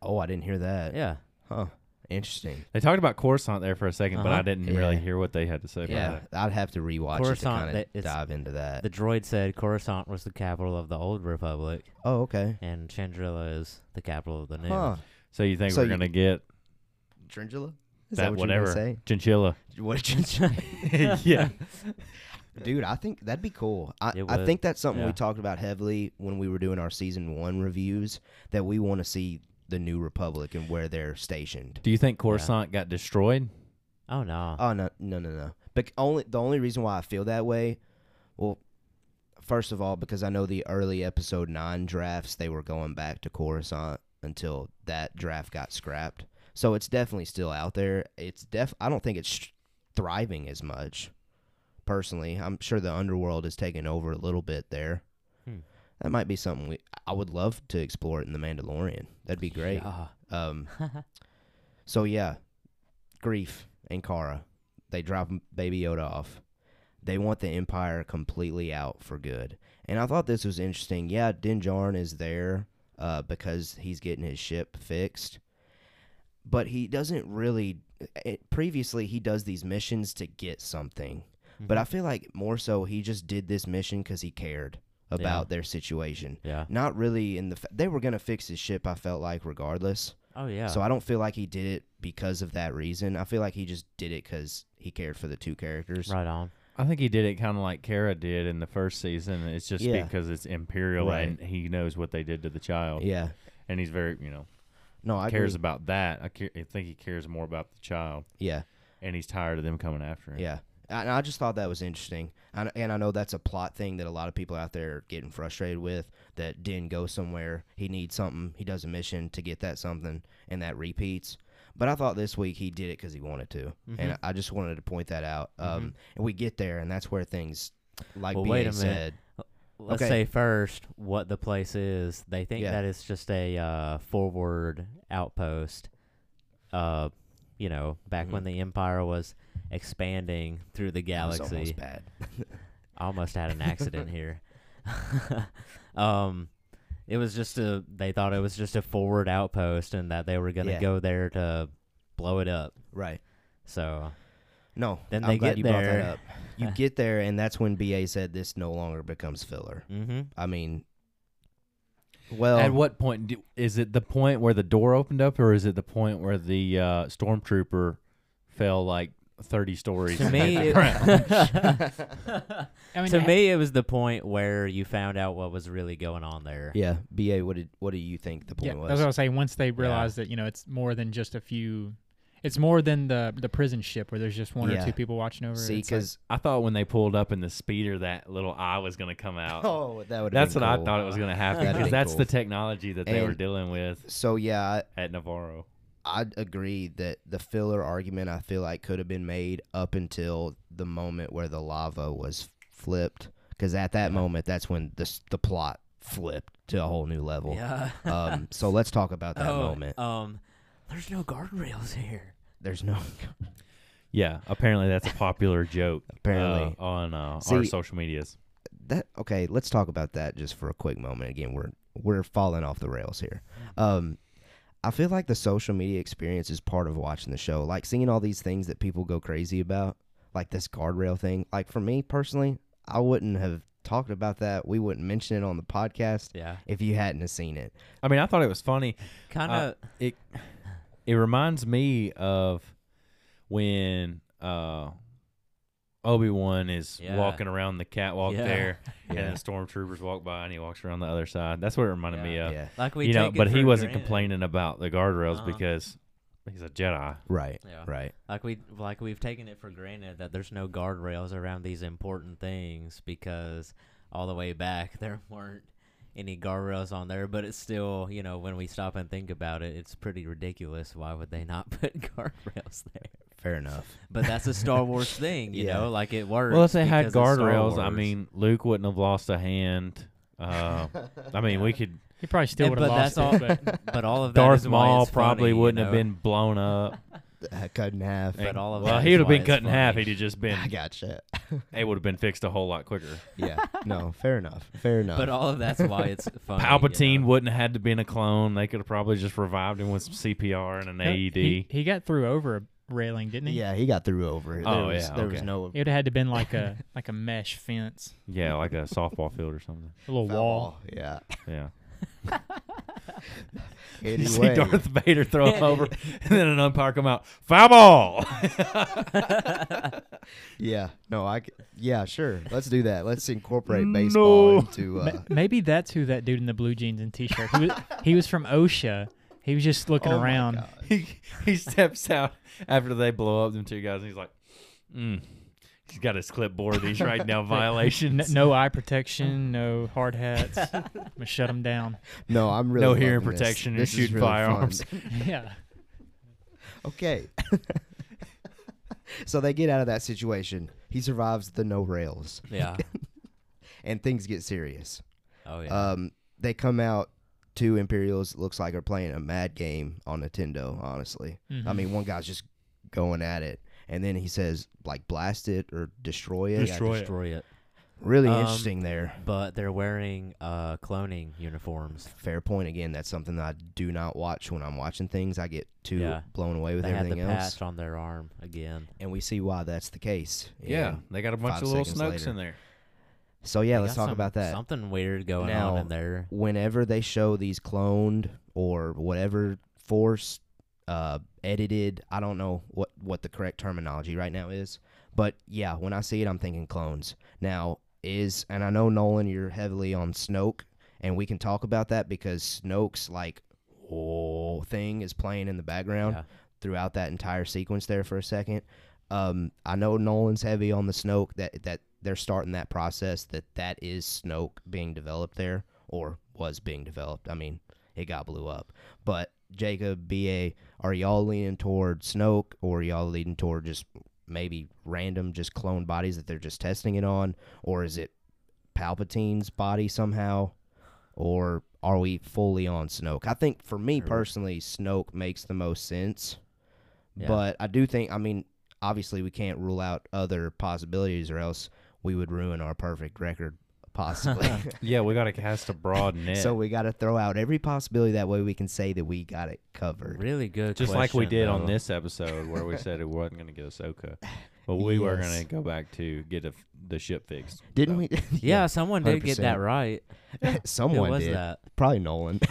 [SPEAKER 1] oh, I didn't hear that.
[SPEAKER 2] Yeah.
[SPEAKER 1] Huh. Interesting.
[SPEAKER 3] They talked about Coruscant there for a 2nd but
[SPEAKER 2] Uh-huh.
[SPEAKER 3] I didn't really
[SPEAKER 1] Yeah.
[SPEAKER 3] hear what they had to say
[SPEAKER 1] yeah,
[SPEAKER 3] about
[SPEAKER 1] I'd have to rewatch it to
[SPEAKER 2] Coruscant,
[SPEAKER 1] kind
[SPEAKER 2] that
[SPEAKER 1] of
[SPEAKER 2] is-
[SPEAKER 1] dive into that.
[SPEAKER 2] The droid said Coruscant was the capital of the old republic,
[SPEAKER 1] oh, okay.
[SPEAKER 2] and Chandrilla is the capital of the new.
[SPEAKER 1] Huh.
[SPEAKER 3] it. So you think
[SPEAKER 1] So
[SPEAKER 3] we're
[SPEAKER 1] you-
[SPEAKER 3] gonna get
[SPEAKER 1] Tringula? Is
[SPEAKER 3] that,
[SPEAKER 1] what
[SPEAKER 3] whatever
[SPEAKER 1] you were gonna
[SPEAKER 3] chinchilla?
[SPEAKER 1] say? What did you say?
[SPEAKER 3] yeah,
[SPEAKER 1] Dude, I think that'd be cool. I,
[SPEAKER 2] It
[SPEAKER 1] I
[SPEAKER 2] would,
[SPEAKER 1] think that's something
[SPEAKER 2] yeah.
[SPEAKER 1] we talked about heavily when we were doing our season one reviews that we want to see the New Republic and where they're stationed.
[SPEAKER 3] Do you think Coruscant got destroyed?
[SPEAKER 2] Oh no.
[SPEAKER 1] Oh no, no, no, no. But only the only reason why I feel that way, well, first of all, because I know the early episode nine drafts they were going back to Coruscant until that draft got scrapped. So it's definitely still out there. It's def. I don't think it's thriving as much. Personally, I'm sure the underworld is taking over a little bit there.
[SPEAKER 2] Hmm.
[SPEAKER 1] That might be something we. I would love to explore it in the Mandalorian. That'd be great.
[SPEAKER 2] Yeah.
[SPEAKER 1] Um, so yeah, grief and Kara, they drop Baby Yoda off. They want the Empire completely out for good. And I thought this was interesting. Yeah, Din Djarin is there uh, because he's getting his ship fixed, but he doesn't really. It, previously, he does these missions to get something, but I feel like more so he just did this mission because he cared about their situation.
[SPEAKER 2] Mm-hmm. Yeah.
[SPEAKER 1] Not really in the. Fa- they were gonna fix his ship. I felt like regardless.
[SPEAKER 2] Oh yeah.
[SPEAKER 1] So I don't feel like he did it because of that reason. I feel like he just did it because he cared for the two characters.
[SPEAKER 2] right on.
[SPEAKER 3] I think he did it kind of like Kara did in the first season. It's just
[SPEAKER 1] Yeah.
[SPEAKER 3] because it's imperial
[SPEAKER 1] Right.
[SPEAKER 3] and he knows what they did to the child,
[SPEAKER 1] Yeah.
[SPEAKER 3] and he's very you know
[SPEAKER 1] No, I
[SPEAKER 3] cares
[SPEAKER 1] Agree.
[SPEAKER 3] about that. I, care, I think he cares more about the child,
[SPEAKER 1] Yeah.
[SPEAKER 3] and he's tired of them coming after him.
[SPEAKER 1] Yeah. And I just thought that was interesting. And, and I know that's a plot thing that a lot of people out there are getting frustrated with that Din goes somewhere, he needs something, he does a mission to get that something, and that repeats. But I thought this week he did it because he wanted to.
[SPEAKER 2] Mm-hmm.
[SPEAKER 1] And I just wanted to point that out. Um, And we get there, and that's where things, like
[SPEAKER 2] Well,
[SPEAKER 1] BA
[SPEAKER 2] wait a minute.
[SPEAKER 1] said,
[SPEAKER 2] Let's
[SPEAKER 1] Okay.
[SPEAKER 2] say first what the place is. They think
[SPEAKER 1] Yeah.
[SPEAKER 2] that it's just a uh, forward outpost. Uh, you know, back when the Empire was expanding through the
[SPEAKER 1] it Mm-hmm. was
[SPEAKER 2] galaxy.
[SPEAKER 1] almost bad.
[SPEAKER 2] I almost had an accident here. um, it was just a. They thought it was just a forward outpost, and that they were gonna
[SPEAKER 1] Yeah.
[SPEAKER 2] go there to blow it up.
[SPEAKER 1] Right.
[SPEAKER 2] So
[SPEAKER 1] No.
[SPEAKER 2] Then
[SPEAKER 1] I'm
[SPEAKER 2] they
[SPEAKER 1] glad
[SPEAKER 2] get
[SPEAKER 1] you brought
[SPEAKER 2] there.
[SPEAKER 1] that up. You get there, and that's when BA said this no longer becomes filler.
[SPEAKER 2] mm-hmm.
[SPEAKER 1] I mean, well,
[SPEAKER 3] At what point do, is it the point where the door opened up, or is it the point where the uh, stormtrooper fell like thirty stories.
[SPEAKER 2] to
[SPEAKER 3] in
[SPEAKER 2] me,
[SPEAKER 3] the
[SPEAKER 2] it-
[SPEAKER 3] ground.
[SPEAKER 4] I mean,
[SPEAKER 2] to
[SPEAKER 4] ha-
[SPEAKER 2] me, it was the point where you found out what was really going on there.
[SPEAKER 1] yeah, ba. What did what do you think the
[SPEAKER 4] yeah,
[SPEAKER 1] point
[SPEAKER 4] that's
[SPEAKER 1] was?
[SPEAKER 4] what I was saying. Once they realize that you know it's more than just a few, it's more than the the prison ship where there's just one
[SPEAKER 1] Yeah.
[SPEAKER 4] or two people watching over.
[SPEAKER 1] See,
[SPEAKER 4] it's like-
[SPEAKER 1] because
[SPEAKER 3] I thought when they pulled up in the speeder, that little eye was going to come out.
[SPEAKER 1] oh, that would
[SPEAKER 3] that's what I thought it was going to happen
[SPEAKER 1] That'd
[SPEAKER 3] because
[SPEAKER 1] been
[SPEAKER 3] that's
[SPEAKER 1] cool.
[SPEAKER 3] the technology that they were
[SPEAKER 1] And-
[SPEAKER 3] dealing with
[SPEAKER 1] So yeah, I,
[SPEAKER 3] at Navarro.
[SPEAKER 1] I'd agree that the filler argument I feel like could have been made up until the moment where the lava was flipped, because at that moment that's when the s- the plot flipped to a whole new level.
[SPEAKER 2] Yeah.
[SPEAKER 1] Um, so let's talk about that
[SPEAKER 2] oh,
[SPEAKER 1] moment.
[SPEAKER 2] Um, there's no guardrails here.
[SPEAKER 1] There's no
[SPEAKER 3] Yeah, apparently that's a popular joke. uh,
[SPEAKER 1] apparently
[SPEAKER 3] on uh, our
[SPEAKER 1] See-
[SPEAKER 3] social medias.
[SPEAKER 1] that okay let's talk about that just for a quick moment again we're we're falling off the rails here um i feel like the social media experience is part of watching the show like seeing all these things that people go crazy about like this guardrail thing like for me personally i wouldn't have talked about that we wouldn't mention it on the podcast
[SPEAKER 2] Yeah.
[SPEAKER 1] if you hadn't have seen it
[SPEAKER 3] I mean, I thought it was funny.
[SPEAKER 2] Kind of.
[SPEAKER 3] it it reminds me of when uh Obi-Wan is
[SPEAKER 2] Yeah.
[SPEAKER 3] walking around the catwalk
[SPEAKER 2] Yeah.
[SPEAKER 3] there and
[SPEAKER 1] Yeah.
[SPEAKER 3] then stormtroopers walk by and he walks around the other side. That's what it reminded me
[SPEAKER 2] Yeah.
[SPEAKER 3] of.
[SPEAKER 1] yeah
[SPEAKER 2] like we
[SPEAKER 3] You know,
[SPEAKER 2] take it
[SPEAKER 3] but he
[SPEAKER 2] for
[SPEAKER 3] wasn't
[SPEAKER 2] granted.
[SPEAKER 3] complaining about the guardrails
[SPEAKER 2] Uh-huh.
[SPEAKER 3] because he's a Jedi.
[SPEAKER 1] right
[SPEAKER 2] Yeah.
[SPEAKER 1] right
[SPEAKER 2] Like we like we've taken it for granted that there's no guardrails around these important things because all the way back there weren't any guardrails on there, but it's still, you know, when we stop and think about it, it's pretty ridiculous. Why would they not put guardrails there?
[SPEAKER 1] fair enough
[SPEAKER 2] But that's a Star Wars thing, you
[SPEAKER 1] Yeah.
[SPEAKER 2] know, like it works.
[SPEAKER 3] Well, if they had
[SPEAKER 2] because it's Star
[SPEAKER 3] guardrails, I
[SPEAKER 2] Wars.
[SPEAKER 3] mean, Luke wouldn't have lost a hand. Uh, I mean, we could.
[SPEAKER 4] he probably still
[SPEAKER 2] Yeah,
[SPEAKER 4] would have
[SPEAKER 2] but that's
[SPEAKER 4] lost
[SPEAKER 2] all-
[SPEAKER 4] it. But
[SPEAKER 2] but all of that
[SPEAKER 3] Darth
[SPEAKER 2] is why
[SPEAKER 3] Maul
[SPEAKER 2] it's
[SPEAKER 3] probably
[SPEAKER 2] funny, you
[SPEAKER 3] wouldn't have
[SPEAKER 2] know?
[SPEAKER 3] been blown up.
[SPEAKER 1] cut in half
[SPEAKER 2] But all of
[SPEAKER 3] well,
[SPEAKER 2] that is
[SPEAKER 3] he would have
[SPEAKER 2] why
[SPEAKER 3] been
[SPEAKER 2] it's
[SPEAKER 3] cut in half.
[SPEAKER 2] funny.
[SPEAKER 3] He'd have just been.
[SPEAKER 1] i gotcha
[SPEAKER 3] It would have been fixed a whole lot quicker.
[SPEAKER 1] yeah no fair enough fair enough
[SPEAKER 2] But all of that's why it's funny. you
[SPEAKER 3] Palpatine
[SPEAKER 2] know?
[SPEAKER 3] wouldn't have had to been a clone. They could have probably just revived him with some CPR and an E AED.
[SPEAKER 4] he, he got through over a railing, didn't he?
[SPEAKER 1] yeah he got through over it there,
[SPEAKER 3] Oh,
[SPEAKER 1] was,
[SPEAKER 3] yeah,
[SPEAKER 1] there was
[SPEAKER 3] okay.
[SPEAKER 1] no
[SPEAKER 4] It would have had to been like a like a mesh fence,
[SPEAKER 3] yeah, like a softball field or something.
[SPEAKER 4] a little wall.
[SPEAKER 1] yeah
[SPEAKER 3] Yeah. You see
[SPEAKER 1] anyway
[SPEAKER 3] Darth Vader throw him over, and then an umpire come out, foul ball.
[SPEAKER 1] Yeah. No, I. c- Yeah, sure. Let's do that. Let's incorporate baseball
[SPEAKER 3] No.
[SPEAKER 1] into.
[SPEAKER 4] Ma-
[SPEAKER 1] Uh,
[SPEAKER 4] Maybe that's who that dude in the blue jeans and t-shirt. He was, he was from OSHA. He was just looking
[SPEAKER 1] oh my
[SPEAKER 4] around.
[SPEAKER 1] God.
[SPEAKER 3] he, he steps out after they blow up them two guys, and he's like, mm. he's got his clipboard. He's writing down
[SPEAKER 4] N-
[SPEAKER 3] violations.
[SPEAKER 4] no eye protection, no hard hats. I'm gonna shut him down.
[SPEAKER 1] No, I'm really.
[SPEAKER 3] No hearing
[SPEAKER 1] loving this.
[SPEAKER 3] protection and
[SPEAKER 1] This is
[SPEAKER 3] shooting
[SPEAKER 1] really fun.
[SPEAKER 3] firearms.
[SPEAKER 4] Yeah.
[SPEAKER 1] okay. so they get out of that situation. He survives the no rails,
[SPEAKER 2] Yeah.
[SPEAKER 1] and things get serious.
[SPEAKER 2] Oh yeah.
[SPEAKER 1] Um, they come out. Two Imperials looks like are playing a mad game on Nintendo. Honestly, I
[SPEAKER 4] Mhm.
[SPEAKER 3] Mm-hmm.
[SPEAKER 1] mean, one guy's just going at it, and then he says like blast it or destroy it.
[SPEAKER 2] Yeah,
[SPEAKER 3] destroy it.
[SPEAKER 2] destroy it.
[SPEAKER 1] Really
[SPEAKER 2] Um,
[SPEAKER 1] interesting there.
[SPEAKER 2] But they're wearing uh, cloning uniforms.
[SPEAKER 1] fair point again that's something that i do not watch when i'm watching things i get too
[SPEAKER 2] Yeah.
[SPEAKER 1] blown away with
[SPEAKER 2] they had the
[SPEAKER 1] everything else
[SPEAKER 2] patch on their arm again.
[SPEAKER 1] and we see why that's the case
[SPEAKER 3] yeah,
[SPEAKER 1] And
[SPEAKER 3] they got a bunch
[SPEAKER 1] Five
[SPEAKER 3] of little
[SPEAKER 1] seconds
[SPEAKER 3] snooks
[SPEAKER 1] later.
[SPEAKER 3] in there.
[SPEAKER 1] so yeah
[SPEAKER 2] They
[SPEAKER 1] let's
[SPEAKER 2] got
[SPEAKER 1] talk
[SPEAKER 2] some-
[SPEAKER 1] about that
[SPEAKER 2] Something weird going
[SPEAKER 1] Now-
[SPEAKER 2] on in there.
[SPEAKER 1] whenever they show these cloned or whatever force uh edited i don't know what what the correct terminology right now is but yeah when i see it i'm thinking clones now is and i know nolan you're heavily on snoke and we can talk about that because snoke's like whole thing is playing in the background
[SPEAKER 2] Yeah.
[SPEAKER 1] throughout that entire sequence there for a second. Um, I know Nolan's heavy on the Snoke that that they're starting that process that that is Snoke being developed there or was being developed. I mean, it got blew up. But Jacob, BA, are y'all leaning toward Snoke or are y'all leaning toward just maybe random just clone bodies that they're just testing it on or is it Palpatine's body somehow or are we fully on Snoke? I think for me
[SPEAKER 2] Sure.
[SPEAKER 1] personally Snoke makes the most sense.
[SPEAKER 2] Yeah.
[SPEAKER 1] But I do think, I mean, obviously we can't rule out other possibilities or else we would ruin our perfect record, possibly.
[SPEAKER 3] Yeah, we got to cast a broad net.
[SPEAKER 1] so we got to throw out every possibility. That way we can say that we got it covered.
[SPEAKER 2] Really good.
[SPEAKER 3] Just like we
[SPEAKER 2] question,
[SPEAKER 3] did on
[SPEAKER 2] though.
[SPEAKER 3] this episode where we said it wasn't going to get Ahsoka, but we were
[SPEAKER 1] Yes.
[SPEAKER 3] going to go back to get a f the ship fixed.
[SPEAKER 1] Didn't
[SPEAKER 3] So,
[SPEAKER 1] we?
[SPEAKER 2] Yeah, someone did get that
[SPEAKER 1] 100%.
[SPEAKER 2] right. Who
[SPEAKER 1] Someone
[SPEAKER 2] was
[SPEAKER 1] did.
[SPEAKER 2] that?
[SPEAKER 1] Probably Nolan.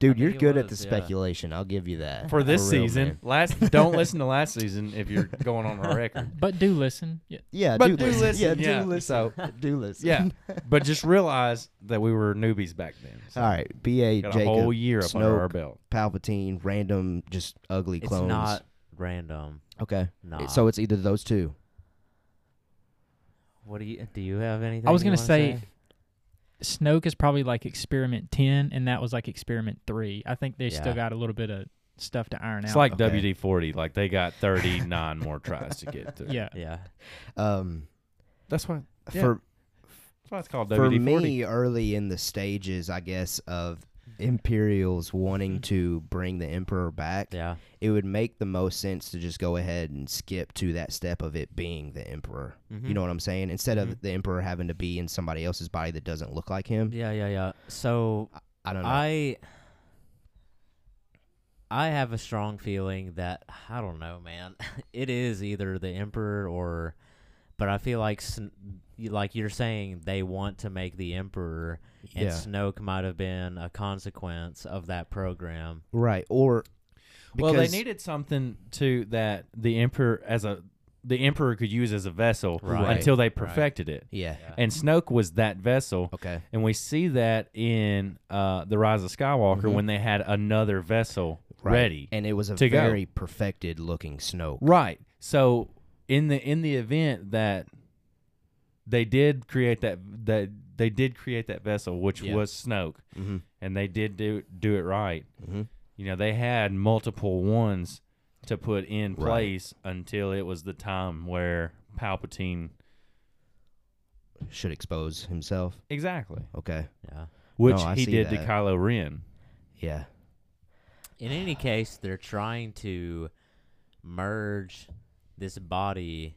[SPEAKER 1] Dude,
[SPEAKER 2] think
[SPEAKER 1] you're
[SPEAKER 2] it
[SPEAKER 1] good at the
[SPEAKER 2] was, yeah.
[SPEAKER 1] speculation. I'll give you that.
[SPEAKER 3] for this
[SPEAKER 1] real,
[SPEAKER 3] season.
[SPEAKER 1] man.
[SPEAKER 3] Last, don't listen to last season if you're going on a record.
[SPEAKER 4] Mm-hmm. But do listen. Yeah.
[SPEAKER 1] Yeah,
[SPEAKER 3] But
[SPEAKER 1] do,
[SPEAKER 3] do
[SPEAKER 1] listen.
[SPEAKER 3] listen,
[SPEAKER 1] Yeah, do
[SPEAKER 3] yeah.
[SPEAKER 1] listen. do listen.
[SPEAKER 3] Yeah, but just realize that we were newbies back then. So
[SPEAKER 1] All right, B.A.
[SPEAKER 3] got
[SPEAKER 1] Jacob,
[SPEAKER 3] a whole year up under our
[SPEAKER 1] Snoke,
[SPEAKER 3] belt.
[SPEAKER 1] Palpatine, random, just ugly
[SPEAKER 2] It's
[SPEAKER 1] clones.
[SPEAKER 2] not random.
[SPEAKER 1] okay.
[SPEAKER 2] Nah.
[SPEAKER 1] So it's either those two.
[SPEAKER 2] what do you do? You have anything?
[SPEAKER 4] I was
[SPEAKER 2] you
[SPEAKER 4] gonna
[SPEAKER 2] wanna
[SPEAKER 4] say, Snoke is probably like experiment ten, and that was like experiment three. I think they
[SPEAKER 2] Yeah.
[SPEAKER 4] still got a little bit of stuff to iron
[SPEAKER 3] It's
[SPEAKER 4] out.
[SPEAKER 3] like
[SPEAKER 1] Okay.
[SPEAKER 3] WD forty. Like they got thirty nine more tries to get through.
[SPEAKER 4] yeah,
[SPEAKER 2] Yeah.
[SPEAKER 1] Um,
[SPEAKER 3] that's why. Yeah.
[SPEAKER 1] For
[SPEAKER 3] That's why it's called
[SPEAKER 1] for
[SPEAKER 3] WD forty.
[SPEAKER 1] me, early in the stages, I guess, of Imperials wanting to bring the Emperor back,
[SPEAKER 2] Yeah.
[SPEAKER 1] it would make the most sense to just go ahead and skip to that step of it being the Emperor. You
[SPEAKER 3] Mm-hmm.
[SPEAKER 2] Mhm.
[SPEAKER 1] know what I'm saying? Instead of
[SPEAKER 2] Mhm.
[SPEAKER 1] the Emperor having to be in somebody else's body that doesn't look like him.
[SPEAKER 2] Mm-hmm. Yeah. Yeah. Yeah. So
[SPEAKER 1] I don't know.
[SPEAKER 2] I I have a strong feeling that I don't know, man. It is either the emperor or but I feel like Sn- y- like you're saying they want to make the emperor and
[SPEAKER 1] Yeah.
[SPEAKER 2] Snoke might have been a consequence of that program.
[SPEAKER 1] right. Or
[SPEAKER 3] Well, they
[SPEAKER 1] because-
[SPEAKER 3] needed something to that the emperor as a the emperor could use as a vessel
[SPEAKER 2] Right.
[SPEAKER 3] until they perfected it.
[SPEAKER 1] Yeah.
[SPEAKER 2] Yeah.
[SPEAKER 3] And Snoke was that vessel.
[SPEAKER 1] Okay.
[SPEAKER 3] And we see that in uh, the Rise of Skywalker when they had another vessel
[SPEAKER 1] Right.
[SPEAKER 3] ready.
[SPEAKER 1] And it was a
[SPEAKER 3] to go.
[SPEAKER 1] very perfected looking Snoke.
[SPEAKER 3] right. So in the in the event that they did create that that they did create that vessel, which
[SPEAKER 1] Yeah.
[SPEAKER 3] was Snoke,
[SPEAKER 1] Mm-hmm.
[SPEAKER 3] and they did do do it right.
[SPEAKER 1] Mm-hmm.
[SPEAKER 3] You know, they had multiple ones to put in
[SPEAKER 1] Right.
[SPEAKER 3] place until it was the time where Palpatine
[SPEAKER 1] Should expose himself.
[SPEAKER 3] exactly,
[SPEAKER 1] Okay.
[SPEAKER 2] Yeah.
[SPEAKER 3] which
[SPEAKER 1] No, I
[SPEAKER 3] he
[SPEAKER 1] see
[SPEAKER 3] did
[SPEAKER 1] that.
[SPEAKER 3] to Kylo Ren.
[SPEAKER 1] Yeah.
[SPEAKER 2] In any case, they're trying to merge this body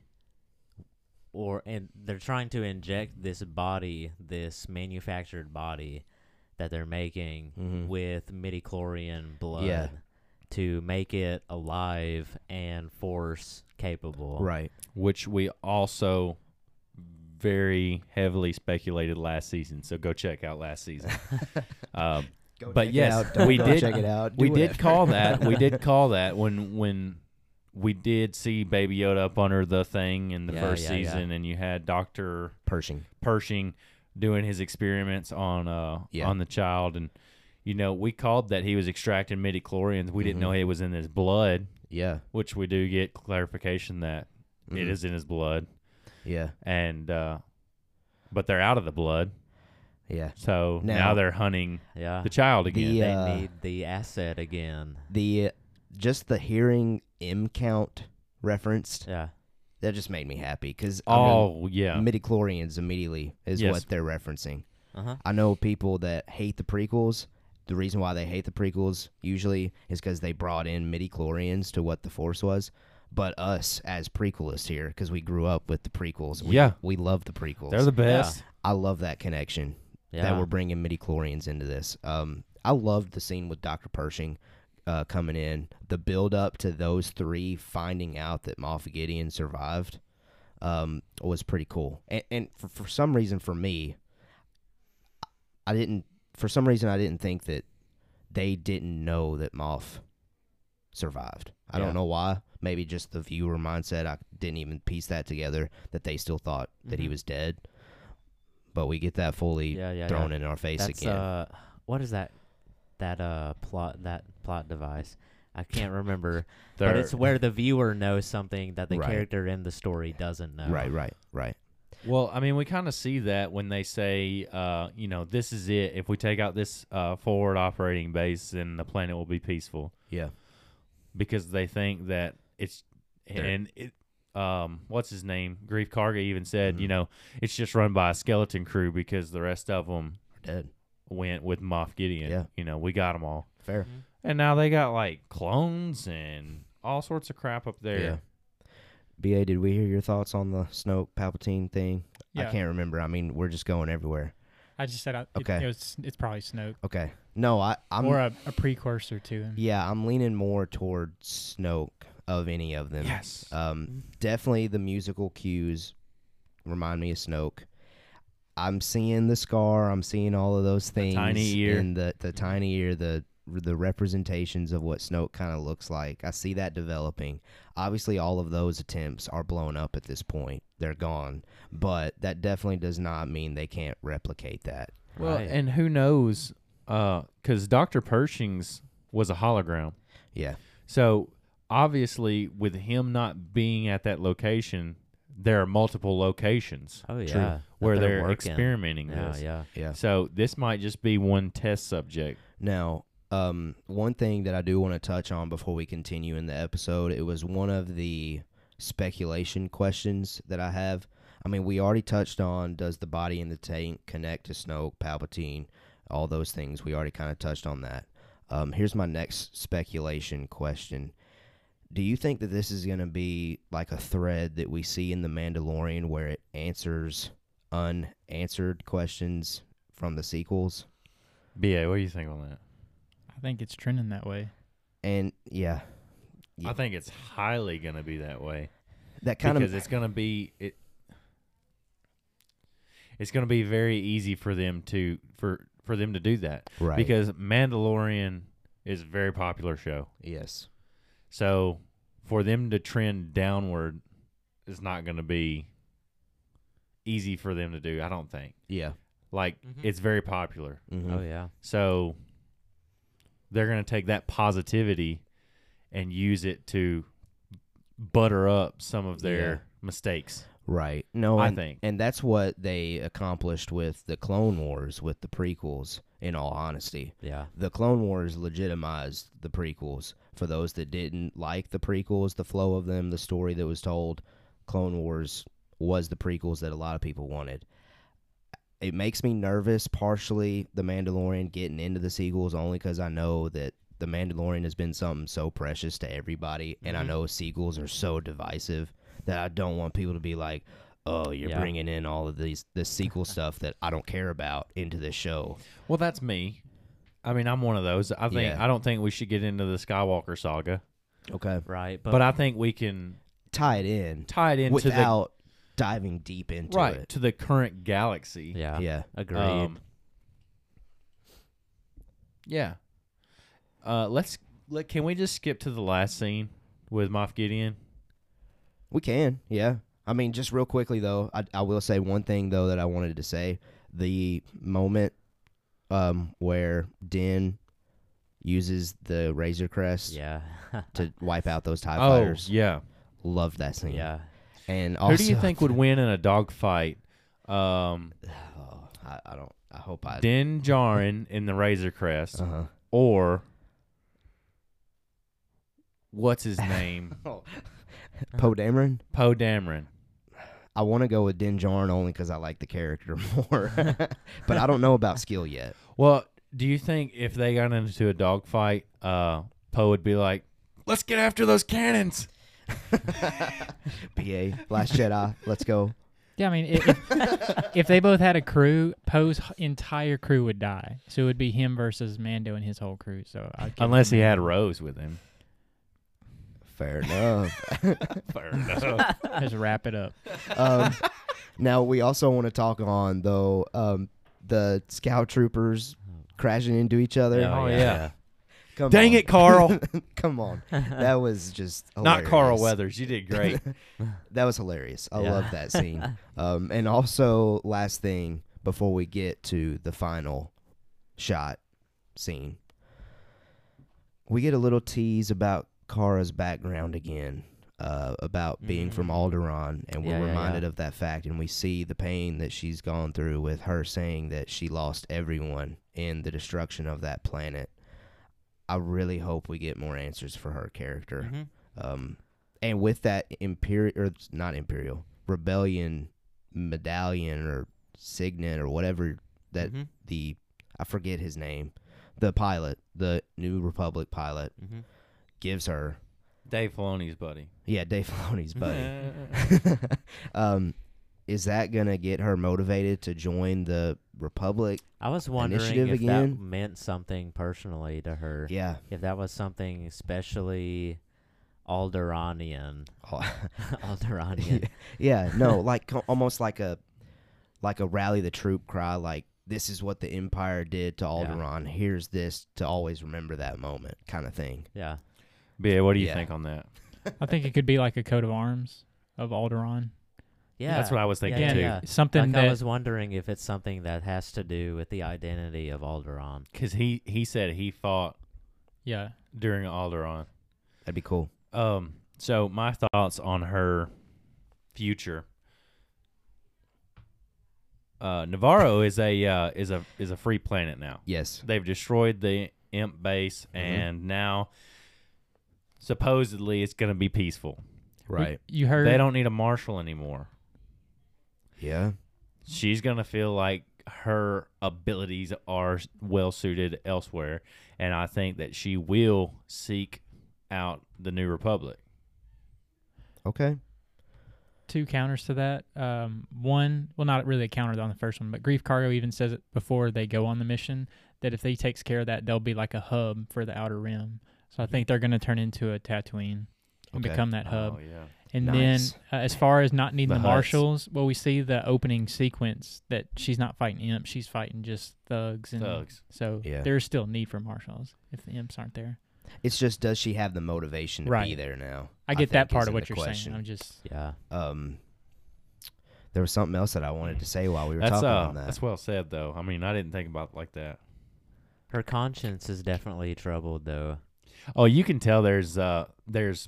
[SPEAKER 2] or and they're trying to inject this body, this manufactured body that they're making
[SPEAKER 1] Mhm.
[SPEAKER 2] with midichlorian blood
[SPEAKER 1] Yeah.
[SPEAKER 2] to make it alive and force capable.
[SPEAKER 1] Right.
[SPEAKER 3] which we also very heavily speculated last season. So go check out last season. um,
[SPEAKER 1] Go
[SPEAKER 3] But
[SPEAKER 1] check it
[SPEAKER 3] yes,
[SPEAKER 1] out. Don't-
[SPEAKER 3] we
[SPEAKER 1] don't
[SPEAKER 3] did-
[SPEAKER 1] check it out.
[SPEAKER 3] we
[SPEAKER 1] Do
[SPEAKER 3] did
[SPEAKER 1] whatever.
[SPEAKER 3] call that. We did call that when when we did see Baby Yoda up under the thing in the
[SPEAKER 2] Yeah,
[SPEAKER 3] first
[SPEAKER 2] yeah, yeah.
[SPEAKER 3] season, and you had Doctor
[SPEAKER 1] Pershing.
[SPEAKER 3] Pershing doing his experiments on uh
[SPEAKER 1] Yeah.
[SPEAKER 3] on the child and. You know, we called that he was extracting midichlorians. We didn't know it was in his blood,
[SPEAKER 1] Yeah.
[SPEAKER 3] which we do get clarification that it
[SPEAKER 1] Mhm.
[SPEAKER 3] is in his blood.
[SPEAKER 1] Yeah.
[SPEAKER 3] and uh, but they're out of the blood,
[SPEAKER 1] Yeah.
[SPEAKER 3] so now,
[SPEAKER 1] Now-
[SPEAKER 3] they're hunting
[SPEAKER 2] Yeah.
[SPEAKER 3] the child again.
[SPEAKER 1] The,
[SPEAKER 2] they
[SPEAKER 1] uh,
[SPEAKER 2] need the asset again.
[SPEAKER 1] The just the hearing M count referenced
[SPEAKER 2] Yeah.
[SPEAKER 1] that just made me happy because
[SPEAKER 3] oh
[SPEAKER 1] I
[SPEAKER 3] yeah,
[SPEAKER 1] mean, midi chlorians immediately is
[SPEAKER 3] Yes.
[SPEAKER 1] what they're referencing.
[SPEAKER 2] Uh-huh.
[SPEAKER 1] I know people that hate the prequels. The reason why they hate the prequels usually is because they brought in midi chlorians to what the Force was. But us as prequelists here, because we grew up with the prequels, we,
[SPEAKER 3] Yeah.
[SPEAKER 1] we love the prequels.
[SPEAKER 3] they're the best.
[SPEAKER 1] I love that connection
[SPEAKER 2] Yeah.
[SPEAKER 1] that we're bringing midi chlorians into this. Um, I loved the scene with Doctor Pershing uh, coming in. The build up to those three finding out that Moff Gideon survived um, was pretty cool. And, and for, for some reason, for me, I didn't. For some reason, I didn't think that they didn't know that Moff survived. I
[SPEAKER 2] Yeah.
[SPEAKER 1] don't know why. Maybe just the viewer mindset. I didn't even piece that together that they still thought that he
[SPEAKER 2] Mhm.
[SPEAKER 1] was dead. But we get that fully
[SPEAKER 2] yeah, yeah, yeah.
[SPEAKER 1] thrown in our face
[SPEAKER 2] That's,
[SPEAKER 1] again.
[SPEAKER 2] Uh, what is that? That uh plot that plot device. I can't remember, but
[SPEAKER 3] They're-
[SPEAKER 2] it's where the viewer knows something that the
[SPEAKER 1] Right.
[SPEAKER 2] character in the story doesn't know.
[SPEAKER 1] Right, right, right.
[SPEAKER 3] well, I mean, we kind of see that when they say, uh, you know, this is it. If we take out this uh, forward operating base, then the planet will be peaceful
[SPEAKER 1] Yeah.
[SPEAKER 3] because they think that it's
[SPEAKER 1] They're-
[SPEAKER 3] and it. Um, what's his name? Grief Karga even said,
[SPEAKER 1] Mhm.
[SPEAKER 3] you know, it's just run by a skeleton crew because the rest of them
[SPEAKER 1] We're dead.
[SPEAKER 3] went with Moff Gideon.
[SPEAKER 1] Yeah.
[SPEAKER 3] You know, we got them all.
[SPEAKER 1] Fair.
[SPEAKER 3] And now they got like clones and all sorts of crap up there.
[SPEAKER 1] Yeah. BA, did we hear your thoughts on the Snoke Palpatine thing?
[SPEAKER 4] yeah.
[SPEAKER 1] I can't remember. I mean, we're just going everywhere.
[SPEAKER 4] I just said I,
[SPEAKER 1] Okay.
[SPEAKER 4] it, it was. It's probably Snoke
[SPEAKER 1] Okay. No, I, I'm.
[SPEAKER 4] or uh, a, a precursor to him.
[SPEAKER 1] yeah, I'm leaning more toward Snoke of any of them.
[SPEAKER 3] Yes.
[SPEAKER 1] Um, definitely the musical cues remind me of Snoke. I'm seeing the scar. I'm seeing all of those things.
[SPEAKER 3] tiny ear.
[SPEAKER 1] In the, the tiny ear, the the representations of what Snoke kind of looks like. I see that developing. Obviously, all of those attempts are blown up at this point. They're gone. But that definitely does not mean they can't replicate that.
[SPEAKER 3] Well,
[SPEAKER 2] Right.
[SPEAKER 3] and who knows? Because Dr. Pershing's was a hologram.
[SPEAKER 1] Yeah.
[SPEAKER 3] So obviously, with him not being at that location, there are multiple locations
[SPEAKER 2] Oh yeah, that
[SPEAKER 3] where
[SPEAKER 2] they're
[SPEAKER 3] they're,
[SPEAKER 2] working.
[SPEAKER 3] experimenting
[SPEAKER 2] Yeah,
[SPEAKER 3] this.
[SPEAKER 2] yeah.
[SPEAKER 1] Yeah.
[SPEAKER 3] So this might just be one test subject.
[SPEAKER 1] Now, um, one thing that I do want to touch on before we continue in the episode, it was one of the speculation questions that I have. I mean, we already touched on does the body in the tank connect to Snoke, Palpatine, all those things. We already kind of touched on that. Um, here's my next speculation question. Do you think that this is going to be like a thread that we see in The Mandalorian where it answers unanswered questions from the sequels?
[SPEAKER 3] BA, what do you think on that?
[SPEAKER 4] I think it's trending that way.
[SPEAKER 1] And yeah, Yeah.
[SPEAKER 3] I think it's highly going to be that way
[SPEAKER 1] that kind
[SPEAKER 3] because
[SPEAKER 1] of
[SPEAKER 3] it's going to be it. It's going to be very easy for them to for for them to do that
[SPEAKER 1] right
[SPEAKER 3] because Mandalorian is a very popular show.
[SPEAKER 1] yes
[SPEAKER 3] So for them to trend downward is not going to be easy for them to do, I don't think.
[SPEAKER 1] yeah
[SPEAKER 3] Like
[SPEAKER 2] Mhm.
[SPEAKER 3] it's very popular.
[SPEAKER 1] hmm
[SPEAKER 2] Oh yeah.
[SPEAKER 3] So they're going to take that positivity and use it to butter up some of their
[SPEAKER 1] Yeah.
[SPEAKER 3] mistakes.
[SPEAKER 1] right no
[SPEAKER 3] I
[SPEAKER 1] Oh, and,
[SPEAKER 3] think.
[SPEAKER 1] and that's what they accomplished with the Clone Wars with the prequels. In all honesty,
[SPEAKER 2] Yeah.
[SPEAKER 1] the Clone Wars legitimized the prequels for those that didn't like the prequels, the flow of them, the story that was told. Clone Wars was the prequels that a lot of people wanted. It makes me nervous, partially, The Mandalorian getting into the sequels only because I know that The Mandalorian has been something so precious to everybody, and I
[SPEAKER 2] Mhm.
[SPEAKER 1] know sequels are so divisive that I don't want people to be like, "Oh, you're
[SPEAKER 2] Yeah.
[SPEAKER 1] bringing in all of these this sequel stuff that I don't care about into this show."
[SPEAKER 3] Well, that's me. I mean, I'm one of those. I think
[SPEAKER 1] Yeah.
[SPEAKER 3] I don't think we should get into the Skywalker saga,
[SPEAKER 1] Okay,
[SPEAKER 2] Right. But,
[SPEAKER 3] but, I think we can
[SPEAKER 1] tie it in.
[SPEAKER 3] tie it into
[SPEAKER 1] without diving deep
[SPEAKER 3] the
[SPEAKER 1] into
[SPEAKER 3] right
[SPEAKER 1] it.
[SPEAKER 3] to the current galaxy.
[SPEAKER 2] yeah.
[SPEAKER 1] Yeah.
[SPEAKER 2] Agreed.
[SPEAKER 3] Um, yeah. Uh, let's let. Can we just skip to the last scene with Moff Gideon?
[SPEAKER 1] We can. Yeah. I mean, just real quickly though, I, I will say one thing though that I wanted to say: the moment um, where Din uses the Razor Crest
[SPEAKER 2] yeah.
[SPEAKER 1] to wipe out those Tie Fighters,
[SPEAKER 3] Oh, yeah.
[SPEAKER 1] loved that scene.
[SPEAKER 2] yeah.
[SPEAKER 1] And also,
[SPEAKER 3] Who do you think would win in a dogfight? Um,
[SPEAKER 1] Oh, I, I don't. I hope I.
[SPEAKER 3] Din Uh-huh. Djarin in the Razor Crest,
[SPEAKER 1] Uh huh.
[SPEAKER 3] or what's his name?
[SPEAKER 1] Poe Dameron.
[SPEAKER 3] Poe Dameron.
[SPEAKER 1] I want to go with Din Djarin only because I like the character more, but I don't know about skill yet.
[SPEAKER 3] Well, do you think if they got into a dogfight, uh, Poe would be like, "Let's get after those cannons"?
[SPEAKER 1] BA Last Jedi. Let's go.
[SPEAKER 4] Yeah, I mean, if, if, if they both had a crew, Poe's h- entire crew would die. So it would be him versus Mando and his whole crew. So I
[SPEAKER 3] Unless he had Rose with him.
[SPEAKER 1] Fair enough.
[SPEAKER 3] Fair enough.
[SPEAKER 4] just wrap it up.
[SPEAKER 1] um, now we also want to talk on though um, the scout troopers crashing into each other.
[SPEAKER 3] Oh, yeah.
[SPEAKER 1] Come
[SPEAKER 3] Dang
[SPEAKER 1] on.
[SPEAKER 3] it, Carl.
[SPEAKER 1] Come on, that was just
[SPEAKER 3] Not Carl
[SPEAKER 1] hilarious.
[SPEAKER 3] Weathers. You did great.
[SPEAKER 1] That was hilarious. I
[SPEAKER 2] Yeah.
[SPEAKER 1] love that scene. um, and also, last thing before we get to the final shot scene, we get a little tease about Kara's background again, uh, about being from Alderaan, and we're
[SPEAKER 2] Mm. Yeah, yeah,
[SPEAKER 1] reminded
[SPEAKER 2] yeah.
[SPEAKER 1] of that fact, and we see the pain that she's gone through with her saying that she lost everyone in the destruction of that planet. I really hope we get more answers for her character.
[SPEAKER 2] Mhm.
[SPEAKER 1] Um, and with that imperial, or it's not imperial, rebellion medallion or signet or whatever that
[SPEAKER 2] Mhm.
[SPEAKER 1] the I forget his name, the pilot, the New Republic pilot
[SPEAKER 2] Mhm.
[SPEAKER 1] gives her.
[SPEAKER 3] Dave Filoni's buddy.
[SPEAKER 1] Yeah, Dave Filoni's buddy. um, is that gonna get her motivated to join the Republic?
[SPEAKER 2] I was wondering
[SPEAKER 1] Initiative
[SPEAKER 2] if that
[SPEAKER 1] again?
[SPEAKER 2] meant something personally to her.
[SPEAKER 1] Yeah,
[SPEAKER 2] If that was something especially Alderanian.
[SPEAKER 1] Oh,
[SPEAKER 2] Alderanian.
[SPEAKER 1] yeah. No, like co- almost like a like a rally the troop cry, like this is what the Empire did to Alderaan. Here's this to always remember that moment, kind of thing.
[SPEAKER 2] Yeah.
[SPEAKER 3] Yeah, what do you
[SPEAKER 1] Yeah.
[SPEAKER 3] think on that?
[SPEAKER 4] I think it could be like a coat of arms of Alderaan.
[SPEAKER 2] Yeah.
[SPEAKER 3] That's what I was thinking
[SPEAKER 2] yeah,
[SPEAKER 3] too.
[SPEAKER 2] yeah.
[SPEAKER 4] Something
[SPEAKER 2] like
[SPEAKER 4] that
[SPEAKER 2] I was wondering if it's something that has to do with the identity of Alderaan.
[SPEAKER 3] Because he he said he fought
[SPEAKER 4] yeah.
[SPEAKER 3] during Alderaan.
[SPEAKER 1] That'd be cool.
[SPEAKER 3] Um, so my thoughts on her future. Uh, Navarro is a uh, is a is a free planet now.
[SPEAKER 1] Yes.
[SPEAKER 3] They've destroyed the imp base, and now supposedly it's going to be peaceful.
[SPEAKER 4] We-
[SPEAKER 1] Right.
[SPEAKER 4] You heard
[SPEAKER 3] They don't need a marshal anymore.
[SPEAKER 1] yeah.
[SPEAKER 3] She's going to feel like her abilities are well suited elsewhere, and I think that she will seek out the New Republic.
[SPEAKER 1] Okay.
[SPEAKER 4] two counters to that. Um, one, well, not really a counter on the first one, but Grief Cargo even says it before they go on the mission that if they takes care of that, they'll be like a hub for the Outer Rim. So I think they're going to turn into a Tatooine and
[SPEAKER 1] Okay.
[SPEAKER 4] become that hub.
[SPEAKER 3] Oh yeah.
[SPEAKER 4] And
[SPEAKER 1] Nice.
[SPEAKER 4] then, uh, as far as not needing
[SPEAKER 3] The
[SPEAKER 4] the,
[SPEAKER 3] huts.
[SPEAKER 4] marshals, well, we see the opening sequence that she's not fighting imps; she's fighting just thugs. And
[SPEAKER 3] Thugs.
[SPEAKER 4] So
[SPEAKER 1] Yeah.
[SPEAKER 4] there's still need for marshals if the imps aren't there.
[SPEAKER 1] It's just does she have the motivation to be
[SPEAKER 4] Right.
[SPEAKER 1] there now?
[SPEAKER 4] I get that
[SPEAKER 1] think
[SPEAKER 4] part
[SPEAKER 1] is
[SPEAKER 4] of
[SPEAKER 1] the
[SPEAKER 4] what you're
[SPEAKER 1] question.
[SPEAKER 4] saying. I'm just
[SPEAKER 2] Yeah.
[SPEAKER 1] Um, there was something else that I wanted to say while we were
[SPEAKER 3] that's
[SPEAKER 1] talking
[SPEAKER 3] uh,
[SPEAKER 1] on that.
[SPEAKER 3] that's well said though. I mean, I didn't think about it like that.
[SPEAKER 2] Her conscience is definitely troubled, though.
[SPEAKER 3] Oh, you can tell there's uh there's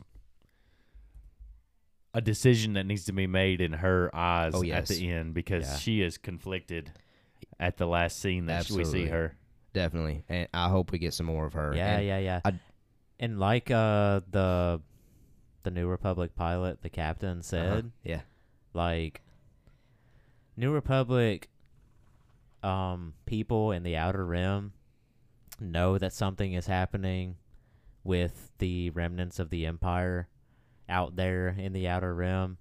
[SPEAKER 3] a decision that needs to be made in her eyes
[SPEAKER 1] Oh,
[SPEAKER 3] at
[SPEAKER 1] yes.
[SPEAKER 3] the end because
[SPEAKER 2] Yeah.
[SPEAKER 3] she is conflicted at the last scene that we see
[SPEAKER 1] Absolutely.
[SPEAKER 3] her.
[SPEAKER 1] Definitely, and I hope we get some more of her.
[SPEAKER 2] Yeah,
[SPEAKER 1] And
[SPEAKER 2] yeah, yeah.
[SPEAKER 1] I-
[SPEAKER 2] and like uh, the the New Republic pilot, the captain said,
[SPEAKER 1] Uh-huh. Yeah.
[SPEAKER 2] like New Republic um people in the outer rim know that something is happening with the remnants of the empire out there in the outer rim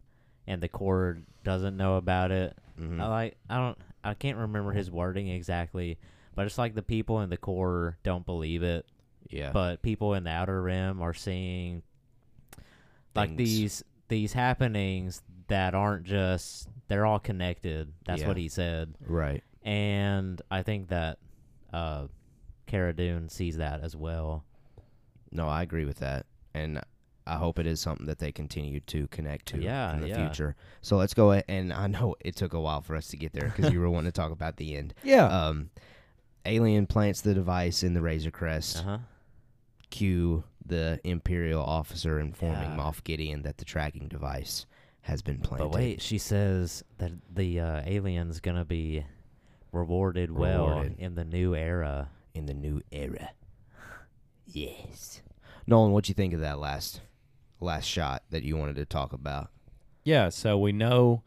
[SPEAKER 2] and the core doesn't know about it.
[SPEAKER 1] Mhm.
[SPEAKER 2] I like I don't I can't remember his wording exactly, but it's like the people in the core don't believe it
[SPEAKER 1] yeah.
[SPEAKER 2] but people in the outer rim are seeing like
[SPEAKER 1] Things.
[SPEAKER 2] these these happenings that aren't just they're all connected that's
[SPEAKER 1] Yeah.
[SPEAKER 2] what he said
[SPEAKER 1] right.
[SPEAKER 2] and i think that uh Cara Dune sees that as well
[SPEAKER 1] No, I agree with that, and I hope it is something that they continue to connect to
[SPEAKER 2] Yeah,
[SPEAKER 1] in the
[SPEAKER 2] yeah.
[SPEAKER 1] future. So let's go. ahead- And I know it took a while for us to get there because you were wanting to talk about the end.
[SPEAKER 3] Yeah.
[SPEAKER 1] Um, alien plants the device in the Razor Crest.
[SPEAKER 2] uh-huh
[SPEAKER 1] cue the Imperial officer informing
[SPEAKER 2] Yeah.
[SPEAKER 1] Moff Gideon that the tracking device has been planted.
[SPEAKER 2] but wait she says that the uh, alien's gonna be rewarded well
[SPEAKER 1] Rewarded.
[SPEAKER 2] in the new era
[SPEAKER 1] in the new era. Yes. Nolan, what you think of that last last shot that you wanted to talk about?
[SPEAKER 3] Yeah, so we know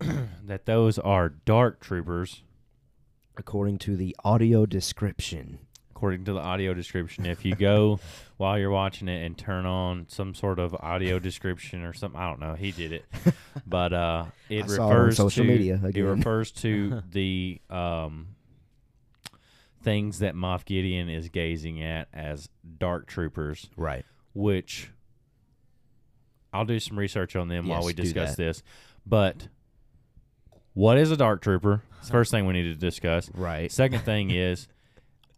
[SPEAKER 3] that those are dark troopers
[SPEAKER 1] According to the audio description.
[SPEAKER 3] according to the audio description. If you go while you're watching it and turn on some sort of audio description or something, I don't know, he did it, but uh, it
[SPEAKER 1] I
[SPEAKER 3] refers
[SPEAKER 1] saw it on social
[SPEAKER 3] to
[SPEAKER 1] media again.
[SPEAKER 3] it refers to the um, things that Moff Gideon is gazing at as dark troopers,
[SPEAKER 1] Right.
[SPEAKER 3] which I'll do some research on them while
[SPEAKER 1] Yes,
[SPEAKER 3] we
[SPEAKER 1] do that.
[SPEAKER 3] discuss this, but. What is a dark trooper? It's the first thing we need to discuss.
[SPEAKER 1] Right.
[SPEAKER 3] Second thing is,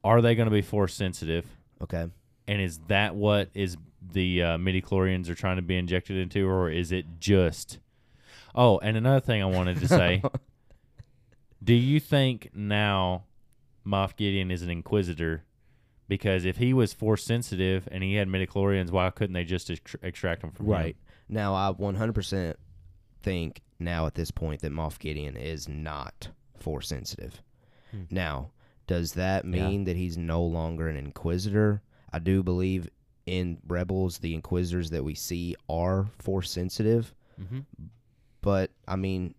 [SPEAKER 3] are they going to be force sensitive?
[SPEAKER 1] Okay.
[SPEAKER 3] And is that what is the uh, midi chlorians are trying to be injected into, or is it just? Oh, and another thing I wanted to say: Do you think now Moff Gideon is an inquisitor? Because if he was force sensitive and he had midi chlorians, why couldn't they just ex- extract them from him?
[SPEAKER 1] Right. Now I 100% think now at this point that Moff Gideon is not force sensitive.
[SPEAKER 2] Hmm.
[SPEAKER 1] Now, does that
[SPEAKER 2] Yeah.
[SPEAKER 1] mean that he's no longer an inquisitor? I do believe in Rebels the inquisitors that we see are force sensitive,
[SPEAKER 2] mm-hmm.
[SPEAKER 1] but I mean,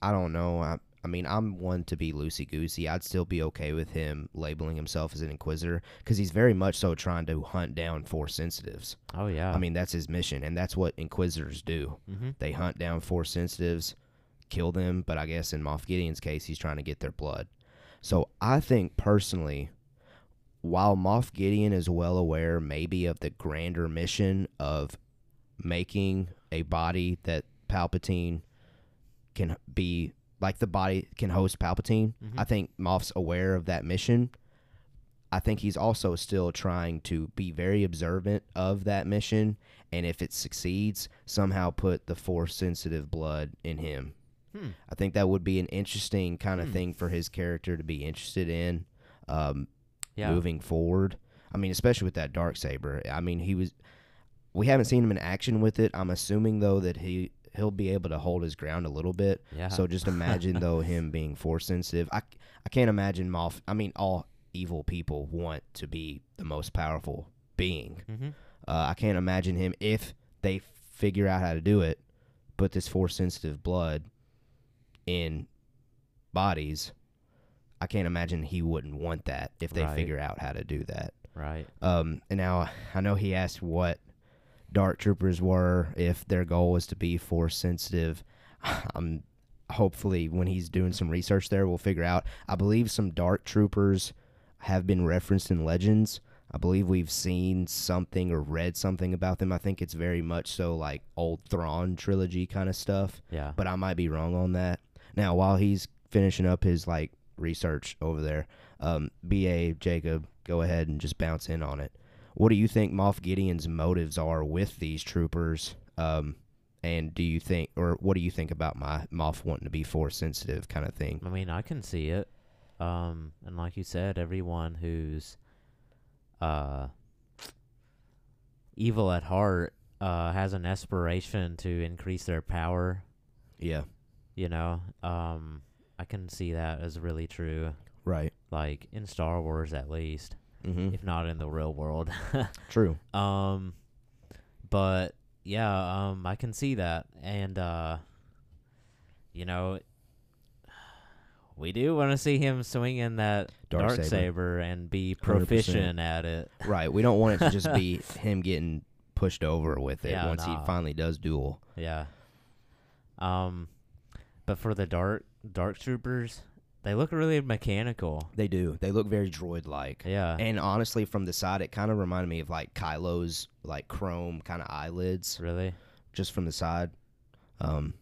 [SPEAKER 1] I don't know. I I mean, I'm one to be loosey goosey. I'd still be okay with him labeling himself as an inquisitor because he's very much so trying to hunt down force sensitives.
[SPEAKER 2] oh yeah
[SPEAKER 1] I mean, that's his mission, and that's what inquisitors do
[SPEAKER 2] mm-hmm.
[SPEAKER 1] they hunt down force sensitives, kill them, but I guess in Moff Gideon's case, he's trying to get their blood. So I think personally, while Moff Gideon is well aware maybe of the grander mission of making a body that Palpatine can be like the body can host Palpatine.
[SPEAKER 2] Mhm.
[SPEAKER 1] I think Moff's aware of that mission. I think he's also still trying to be very observant of that mission, and if it succeeds, somehow put the force sensitive blood in him.
[SPEAKER 2] Hmm.
[SPEAKER 1] I think that would be an interesting kind of
[SPEAKER 2] Hmm.
[SPEAKER 1] thing for his character to be interested in. Um,
[SPEAKER 2] Yeah.
[SPEAKER 1] moving forward. I mean, especially with that dark saber. I mean, he was. We haven't seen him in action with it. I'm assuming though that he he'll be able to hold his ground a little bit.
[SPEAKER 2] Yeah.
[SPEAKER 1] So just imagine though him being force sensitive. I I can't imagine Moff. I mean, all evil people want to be the most powerful being.
[SPEAKER 2] hmm
[SPEAKER 1] Uh, I can't imagine him if they figure out how to do it. Put this force sensitive blood in bodies. I can't imagine he wouldn't want that if they
[SPEAKER 2] Right.
[SPEAKER 1] figure out how to do that.
[SPEAKER 2] Right.
[SPEAKER 1] Um, and now I know he asked what dark troopers were if their goal was to be force sensitive. Um, hopefully, when he's doing some research there, we'll figure out. I believe some dark troopers have been referenced in legends. I believe we've seen something or read something about them. I think it's very much so like old Thrawn trilogy kind of stuff
[SPEAKER 2] Yeah.
[SPEAKER 1] but I might be wrong on that. Now, while he's finishing up his like research over there, um, BA Jacob, go ahead and just bounce in on it. What do you think Moff Gideon's motives are with these troopers? Um, and do you think, or what do you think about my Moff wanting to be force sensitive kind of thing?
[SPEAKER 2] I mean, I can see it. Um, and like you said, everyone who's uh evil at heart uh has an aspiration to increase their power,
[SPEAKER 1] Yeah,
[SPEAKER 2] you know. Um I can see that as really true.
[SPEAKER 1] right.
[SPEAKER 2] Like in Star Wars at least,
[SPEAKER 1] Mm-hmm.
[SPEAKER 2] if not in the real world.
[SPEAKER 1] True.
[SPEAKER 2] Um, but yeah, um, I can see that, and uh, you know, we do want to see him swinging that
[SPEAKER 1] Dark
[SPEAKER 2] dark,
[SPEAKER 1] saber.
[SPEAKER 2] saber. and be
[SPEAKER 1] 100%.
[SPEAKER 2] proficient at it.
[SPEAKER 1] Right. We don't want it to just be him getting pushed over with it
[SPEAKER 2] Yeah,
[SPEAKER 1] once he
[SPEAKER 2] nah.
[SPEAKER 1] finally does duel.
[SPEAKER 2] Yeah. Um, but for the dark dark troopers, they look really mechanical.
[SPEAKER 1] They do. They look very droid like.
[SPEAKER 2] Yeah.
[SPEAKER 1] And honestly, from the side, it kind of reminded me of like Kylo's like chrome kind of eyelids,
[SPEAKER 2] really.
[SPEAKER 1] just from the side. Um,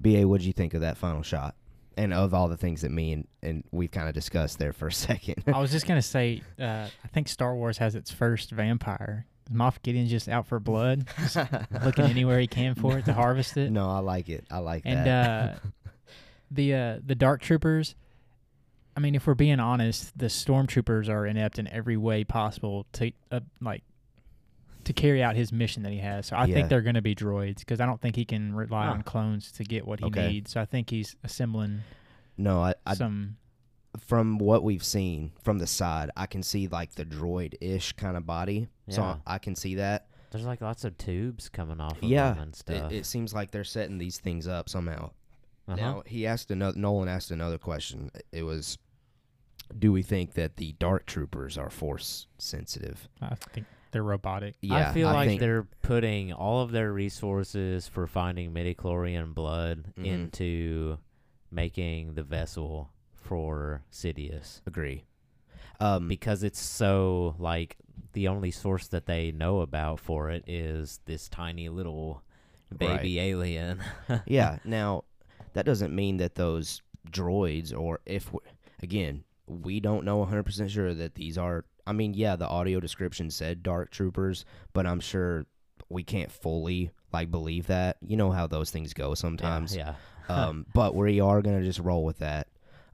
[SPEAKER 1] Ba, what did you think of that final shot? And of all the things that me and, and we've kind of discussed there for a second.
[SPEAKER 4] I was just gonna say, uh, I think Star Wars has its first vampire. Moff Gideon's just out for blood, just looking anywhere he can for it to harvest it.
[SPEAKER 1] no, I like it. I like
[SPEAKER 4] and
[SPEAKER 1] that.
[SPEAKER 4] uh, the uh, the dark troopers. I mean, if we're being honest, the stormtroopers are inept in every way possible to uh, like to carry out his mission that he has. So I
[SPEAKER 1] Yeah.
[SPEAKER 4] think they're going to be droids because I don't think he can rely
[SPEAKER 2] Huh.
[SPEAKER 4] on clones to get what he
[SPEAKER 1] Okay.
[SPEAKER 4] needs. So I think he's assembling
[SPEAKER 1] no, I, I
[SPEAKER 4] some.
[SPEAKER 1] from what we've seen from the side, I can see like the droid ish kind of body.
[SPEAKER 2] Yeah.
[SPEAKER 1] So I can see that.
[SPEAKER 2] There's like lots of tubes coming off of
[SPEAKER 1] Yeah,
[SPEAKER 2] them and
[SPEAKER 1] It,
[SPEAKER 2] stuff.
[SPEAKER 1] it seems like they're setting these things up somehow.
[SPEAKER 2] Uh-huh.
[SPEAKER 1] Now he asked another. Nolan asked another question. It was, do we think that the dark troopers are force sensitive?
[SPEAKER 4] I think they're robotic.
[SPEAKER 2] I feel like
[SPEAKER 1] think-
[SPEAKER 2] they're putting all of their resources for finding midichlorian blood
[SPEAKER 1] Mhm.
[SPEAKER 2] into making the vessel for Sidious
[SPEAKER 1] agree. Um,
[SPEAKER 2] because it's so like the only source that they know about for it is this tiny little baby alien.
[SPEAKER 1] yeah. Now, that doesn't mean that those droids, or if we, again, we don't know 100% sure that these are. I mean, yeah, the audio description said dark troopers, but I'm sure we can't fully like believe that. You know how those things go sometimes.
[SPEAKER 2] yeah.
[SPEAKER 1] um, but we are gonna just roll with that.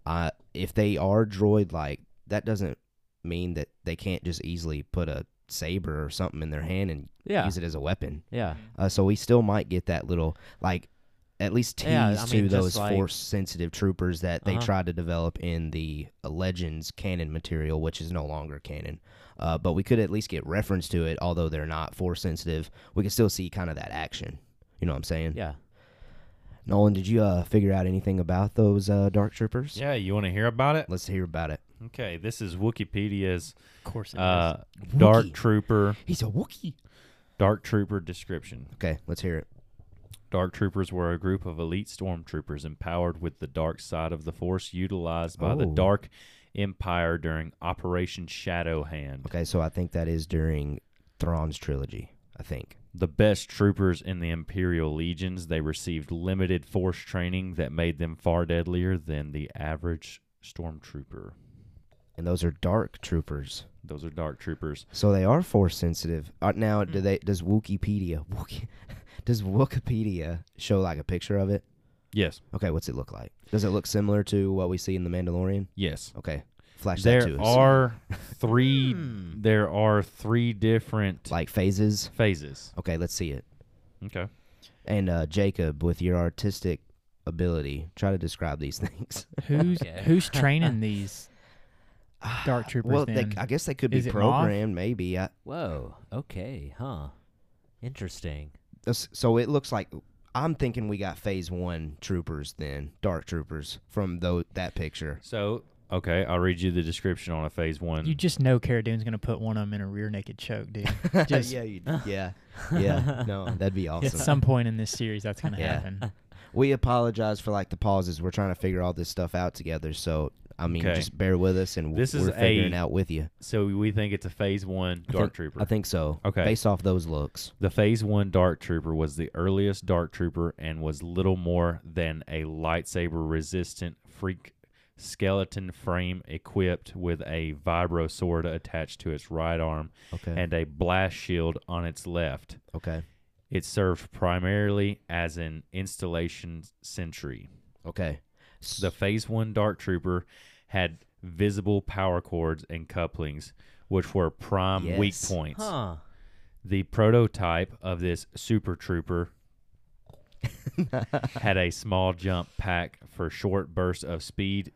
[SPEAKER 1] Uh, if they are droid like, that doesn't mean that they can't just easily put a saber or something in their hand and
[SPEAKER 2] Yeah.
[SPEAKER 1] use it as a weapon.
[SPEAKER 2] Yeah.
[SPEAKER 1] Uh, so we still might get that little like at least tease
[SPEAKER 2] Yeah, I
[SPEAKER 1] to
[SPEAKER 2] mean, just
[SPEAKER 1] those
[SPEAKER 2] like-
[SPEAKER 1] force sensitive troopers that they
[SPEAKER 2] Uh-huh.
[SPEAKER 1] tried to develop in the uh, Legends canon material, which is no longer canon. Uh, but we could at least get reference to it, although they're not force sensitive. We can still see kind of that action. You know what I'm saying?
[SPEAKER 2] Yeah.
[SPEAKER 1] Nolan, did you uh, figure out anything about those uh, dark troopers?
[SPEAKER 3] Yeah, you want to hear about it?
[SPEAKER 1] Let's hear about it.
[SPEAKER 3] Okay, this is Wikipedia's
[SPEAKER 4] Of course, it
[SPEAKER 3] uh,
[SPEAKER 1] Wookiee.
[SPEAKER 3] Dark Trooper
[SPEAKER 1] He's a Wookiee.
[SPEAKER 3] Dark Trooper description.
[SPEAKER 1] Okay, let's hear it.
[SPEAKER 3] Dark Troopers were a group of elite stormtroopers empowered with the dark side of the Force, utilized by the
[SPEAKER 1] Oh.
[SPEAKER 3] Dark Empire during Operation Shadow Hand.
[SPEAKER 1] Okay, so I think that is during Thrawn's trilogy. I think
[SPEAKER 3] The best troopers in the Imperial legions, they received limited force training that made them far deadlier than the average stormtrooper.
[SPEAKER 1] and those are dark troopers,
[SPEAKER 3] Those are dark troopers.
[SPEAKER 1] so they are force sensitive. Uh, now, do
[SPEAKER 4] Mm.
[SPEAKER 1] they? Does Wikipedia? Wiki, does Wikipedia show like a picture of it?
[SPEAKER 3] Yes.
[SPEAKER 1] Okay, what's it look like? Does it look similar to what we see in The Mandalorian?
[SPEAKER 3] Yes.
[SPEAKER 1] Okay, flash that
[SPEAKER 3] There
[SPEAKER 1] to us.
[SPEAKER 3] are three
[SPEAKER 2] Hmm.
[SPEAKER 3] there are three different
[SPEAKER 1] Like phases.
[SPEAKER 3] phases.
[SPEAKER 1] Okay, let's see it.
[SPEAKER 3] Okay.
[SPEAKER 1] And uh, Jacob, with your artistic ability, try to describe these things.
[SPEAKER 4] Who's
[SPEAKER 2] Okay.
[SPEAKER 4] who's training these dark troopers?
[SPEAKER 1] well, they,
[SPEAKER 4] then?
[SPEAKER 1] I guess they could be
[SPEAKER 4] Is it Moth?
[SPEAKER 1] programmed, maybe. I,
[SPEAKER 2] Whoa. Okay. Huh. Interesting.
[SPEAKER 1] That's- So it looks like I'm thinking we got phase one troopers then, dark troopers from tho- that picture.
[SPEAKER 3] So okay, I'll read you the description on a phase one.
[SPEAKER 4] you just know Cara Dune's gonna put one of them in a rear naked choke, dude. Just-
[SPEAKER 1] yeah, you, yeah, yeah. No, that'd be
[SPEAKER 4] At
[SPEAKER 1] awesome.
[SPEAKER 4] some point in this series, that's gonna
[SPEAKER 1] Yeah.
[SPEAKER 4] happen.
[SPEAKER 1] we apologize for like the pauses. We're trying to figure all this stuff out together. So I mean,
[SPEAKER 3] Okay.
[SPEAKER 1] just bear with us, and w-
[SPEAKER 3] This is
[SPEAKER 1] we're figuring
[SPEAKER 3] a
[SPEAKER 1] out with you.
[SPEAKER 3] so we think it's a phase one dark
[SPEAKER 1] think-
[SPEAKER 3] trooper.
[SPEAKER 1] I think so.
[SPEAKER 3] Okay.
[SPEAKER 1] Based off those looks,
[SPEAKER 3] The Phase 1 Dark Trooper was the earliest Dark Trooper and was little more than a lightsaber resistant freak skeleton frame equipped with a vibro sword attached to its right arm
[SPEAKER 1] okay,
[SPEAKER 3] and a blast shield on its left.
[SPEAKER 1] okay,
[SPEAKER 3] It served primarily as an installation sentry.
[SPEAKER 1] okay. S-
[SPEAKER 3] The Phase 1 Dark Trooper had visible power cords and couplings, which were prime weak
[SPEAKER 1] Yes.
[SPEAKER 3] points
[SPEAKER 2] Huh.
[SPEAKER 3] the prototype of this super trooper had a small jump pack for short bursts of speed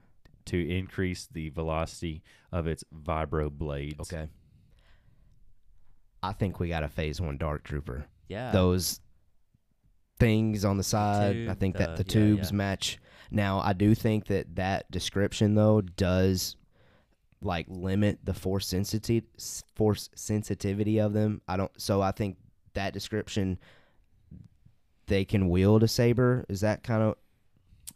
[SPEAKER 3] to increase the velocity of its vibro blades.
[SPEAKER 1] okay. I think we got a phase one dark trooper.
[SPEAKER 2] Yeah.
[SPEAKER 1] those things on the side. I
[SPEAKER 2] tube,
[SPEAKER 1] think that
[SPEAKER 2] the-
[SPEAKER 1] the
[SPEAKER 2] yeah,
[SPEAKER 1] tubes
[SPEAKER 2] yeah.
[SPEAKER 1] match. Now, I do think that that description though does like limit the force sensitivity force sensitivity of them. I don't. So I think that description they can wield a saber. Is that kind of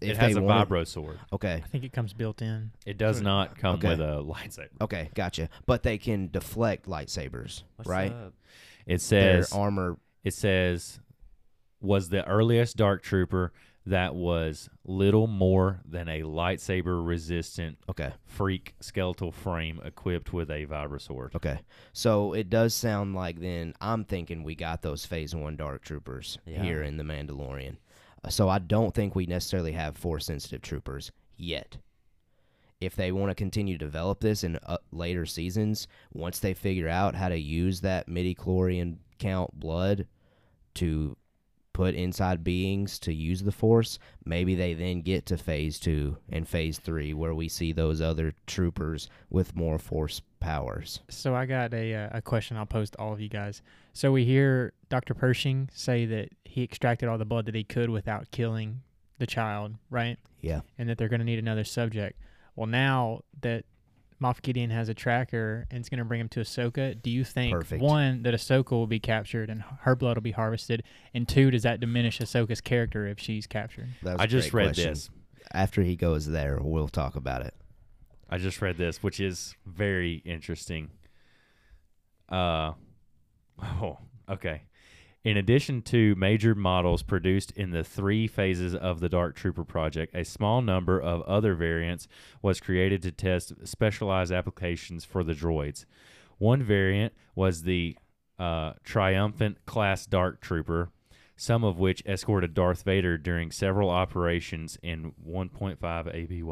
[SPEAKER 3] It has a
[SPEAKER 1] wanted-
[SPEAKER 3] vibro sword.
[SPEAKER 1] Okay.
[SPEAKER 4] I think it comes built in.
[SPEAKER 3] It does not come
[SPEAKER 1] Okay.
[SPEAKER 3] with a lightsaber.
[SPEAKER 1] Okay, gotcha. But they can deflect lightsabers,
[SPEAKER 2] What's
[SPEAKER 1] right?
[SPEAKER 2] up?
[SPEAKER 1] Their
[SPEAKER 3] It says
[SPEAKER 1] armor.
[SPEAKER 3] it says was the earliest dark trooper that was little more than a lightsaber resistant
[SPEAKER 1] Okay.
[SPEAKER 3] freak skeletal frame equipped with a vibro sword.
[SPEAKER 1] Okay. So it does sound like then I'm thinking we got those phase one dark troopers
[SPEAKER 2] Yeah.
[SPEAKER 1] here in The Mandalorian. Uh, So I don't think we necessarily have force sensitive troopers yet. If they want to continue to develop this in uh, later seasons, once they figure out how to use that midi chlorian count blood to put inside beings to use the force, maybe they then get to phase two and phase three where we see those other troopers with more force powers.
[SPEAKER 4] So I got a uh, a question I'll pose to all of you guys. So we hear Dr. Pershing say that he extracted all the blood that he could without killing the child, right?
[SPEAKER 1] Yeah.
[SPEAKER 4] And that they're going to need another subject. Well, now that Moff Gideon has a tracker and it's going to bring him to Ahsoka, do you think
[SPEAKER 1] Perfect.
[SPEAKER 4] one that Ahsoka will be captured and her blood will be harvested, and two, does that diminish Ahsoka's character if she's captured?
[SPEAKER 1] That was
[SPEAKER 3] I
[SPEAKER 1] a
[SPEAKER 3] just
[SPEAKER 1] great
[SPEAKER 3] read
[SPEAKER 1] question.
[SPEAKER 3] this.
[SPEAKER 1] After he goes there, we'll talk about it.
[SPEAKER 3] I just read this, which is very interesting. Uh, oh, okay. In addition to major models produced in the three phases of the Dark Trooper project, a small number of other variants was created to test specialized applications for the droids. One variant was the uh, Triumphant class Dark Trooper, some of which escorted Darth Vader during several operations in 1.5 ABY.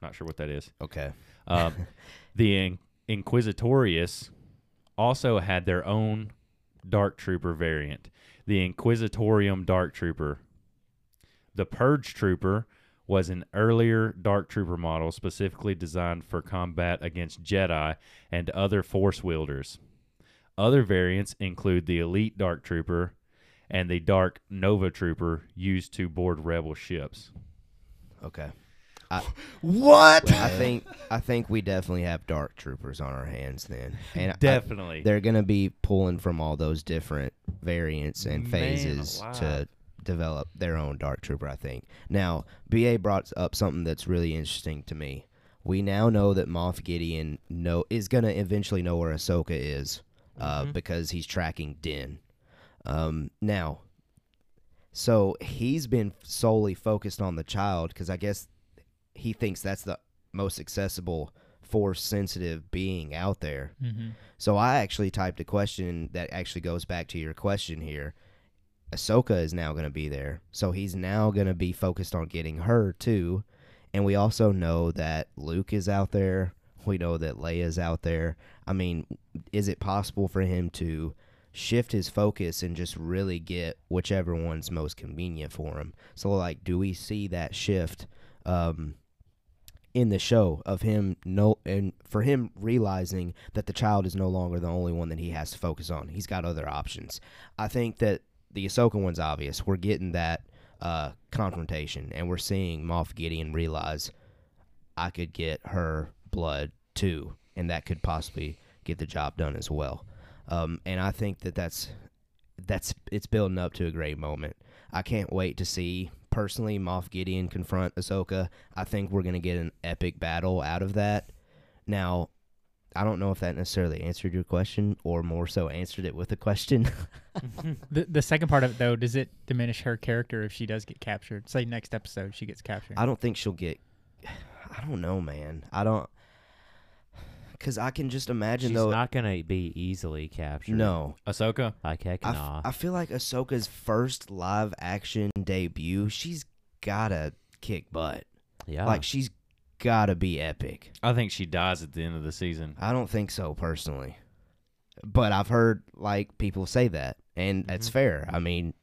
[SPEAKER 3] Not sure what that is.
[SPEAKER 1] Okay.
[SPEAKER 3] Um, the in- Inquisitorius also had their own Dark Trooper variant, the Inquisitorium Dark Trooper. The Purge Trooper was an earlier Dark Trooper model specifically designed for combat against Jedi and other Force wielders. Other variants include the Elite Dark Trooper and the Dark Nova Trooper used to board Rebel ships.
[SPEAKER 1] Okay. I, what? I think I think we definitely have dark troopers on our hands then, and I-
[SPEAKER 3] Definitely.
[SPEAKER 1] they're gonna be pulling from all those different variants and
[SPEAKER 3] Man
[SPEAKER 1] phases to
[SPEAKER 3] alive.
[SPEAKER 1] develop their own dark trooper. I think now Ba brought up something that's really interesting to me. We now know that Moff Gideon
[SPEAKER 3] Mm-hmm.
[SPEAKER 1] know is gonna eventually know where Ahsoka is, uh, because he's tracking Din. Um, now, so he's been solely focused on the child because I guess he thinks that's the most accessible force sensitive being out there.
[SPEAKER 4] Mm-hmm.
[SPEAKER 1] So I actually typed a question that actually goes back to your question here. Ahsoka is now going to be there. So he's now going to be focused on getting her too. And we also know that Luke is out there. We know that Leia's out there. I mean, is it possible for him to shift his focus and just really get whichever one's most convenient for him? So, like, do we see that shift um, in the show of him no and for him realizing that the child is no longer the only one that he has to focus on. He's got other options. I think that the Ahsoka one's obvious. We're getting that uh, confrontation, and we're seeing Moff Gideon realize I could get her blood too, and that could possibly get the job done as well. Um, and I think that that's that's it's building up to a great moment. I can't wait to see personally Moff Gideon confront Ahsoka. I think we're gonna get an epic battle out of that. Now, I don't know if that necessarily answered your question, or more so answered it with a question.
[SPEAKER 4] The, the second part of it though, does it diminish her character if she does get captured? Say next episode she gets captured.
[SPEAKER 1] I don't think she'll get. I don't know, man. I don't. Cause I can just imagine
[SPEAKER 2] She's
[SPEAKER 1] though.
[SPEAKER 2] not gonna be easily captured.
[SPEAKER 1] no,
[SPEAKER 3] Ahsoka.
[SPEAKER 2] like heck
[SPEAKER 1] I,
[SPEAKER 2] nah.
[SPEAKER 1] f- I feel like Ahsoka's first live action debut, she's gotta kick butt.
[SPEAKER 2] yeah,
[SPEAKER 1] Like she's gotta be epic.
[SPEAKER 3] I think she dies at the end of the season.
[SPEAKER 1] I don't think so personally, but I've heard like people say that, and that's fair. I mean,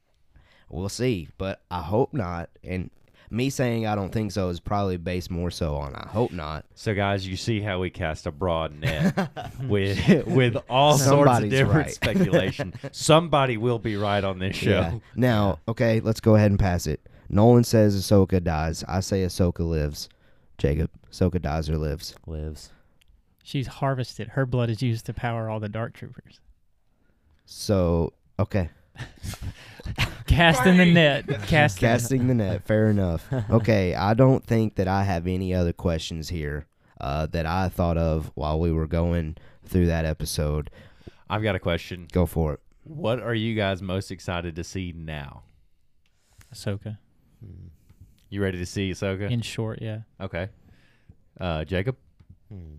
[SPEAKER 1] we'll see, but I hope not. And me saying I don't think so is probably based more so on I hope not.
[SPEAKER 3] So, guys, you see how we cast a broad net with with all sorts of
[SPEAKER 1] Somebody's
[SPEAKER 3] different
[SPEAKER 1] right.
[SPEAKER 3] speculation. Somebody will be right on this show.
[SPEAKER 1] Yeah. Now, okay, let's go ahead and pass it. Nolan says Ahsoka dies. I say Ahsoka lives. Jacob, Ahsoka dies or lives.
[SPEAKER 2] lives.
[SPEAKER 4] She's harvested. Her blood is used to power all the dark troopers.
[SPEAKER 1] So, okay.
[SPEAKER 4] Cast in the net. Cast. in the-
[SPEAKER 1] Casting the net. Fair enough. Okay, I don't think that I have any other questions here uh, that I thought of while we were going through that episode.
[SPEAKER 3] I've got a question.
[SPEAKER 1] Go for it.
[SPEAKER 3] What are you guys most excited to see now?
[SPEAKER 4] Ahsoka.
[SPEAKER 2] Hmm.
[SPEAKER 3] You ready to see Ahsoka?
[SPEAKER 4] In short, yeah.
[SPEAKER 3] okay. Uh, Jacob.
[SPEAKER 2] Hmm.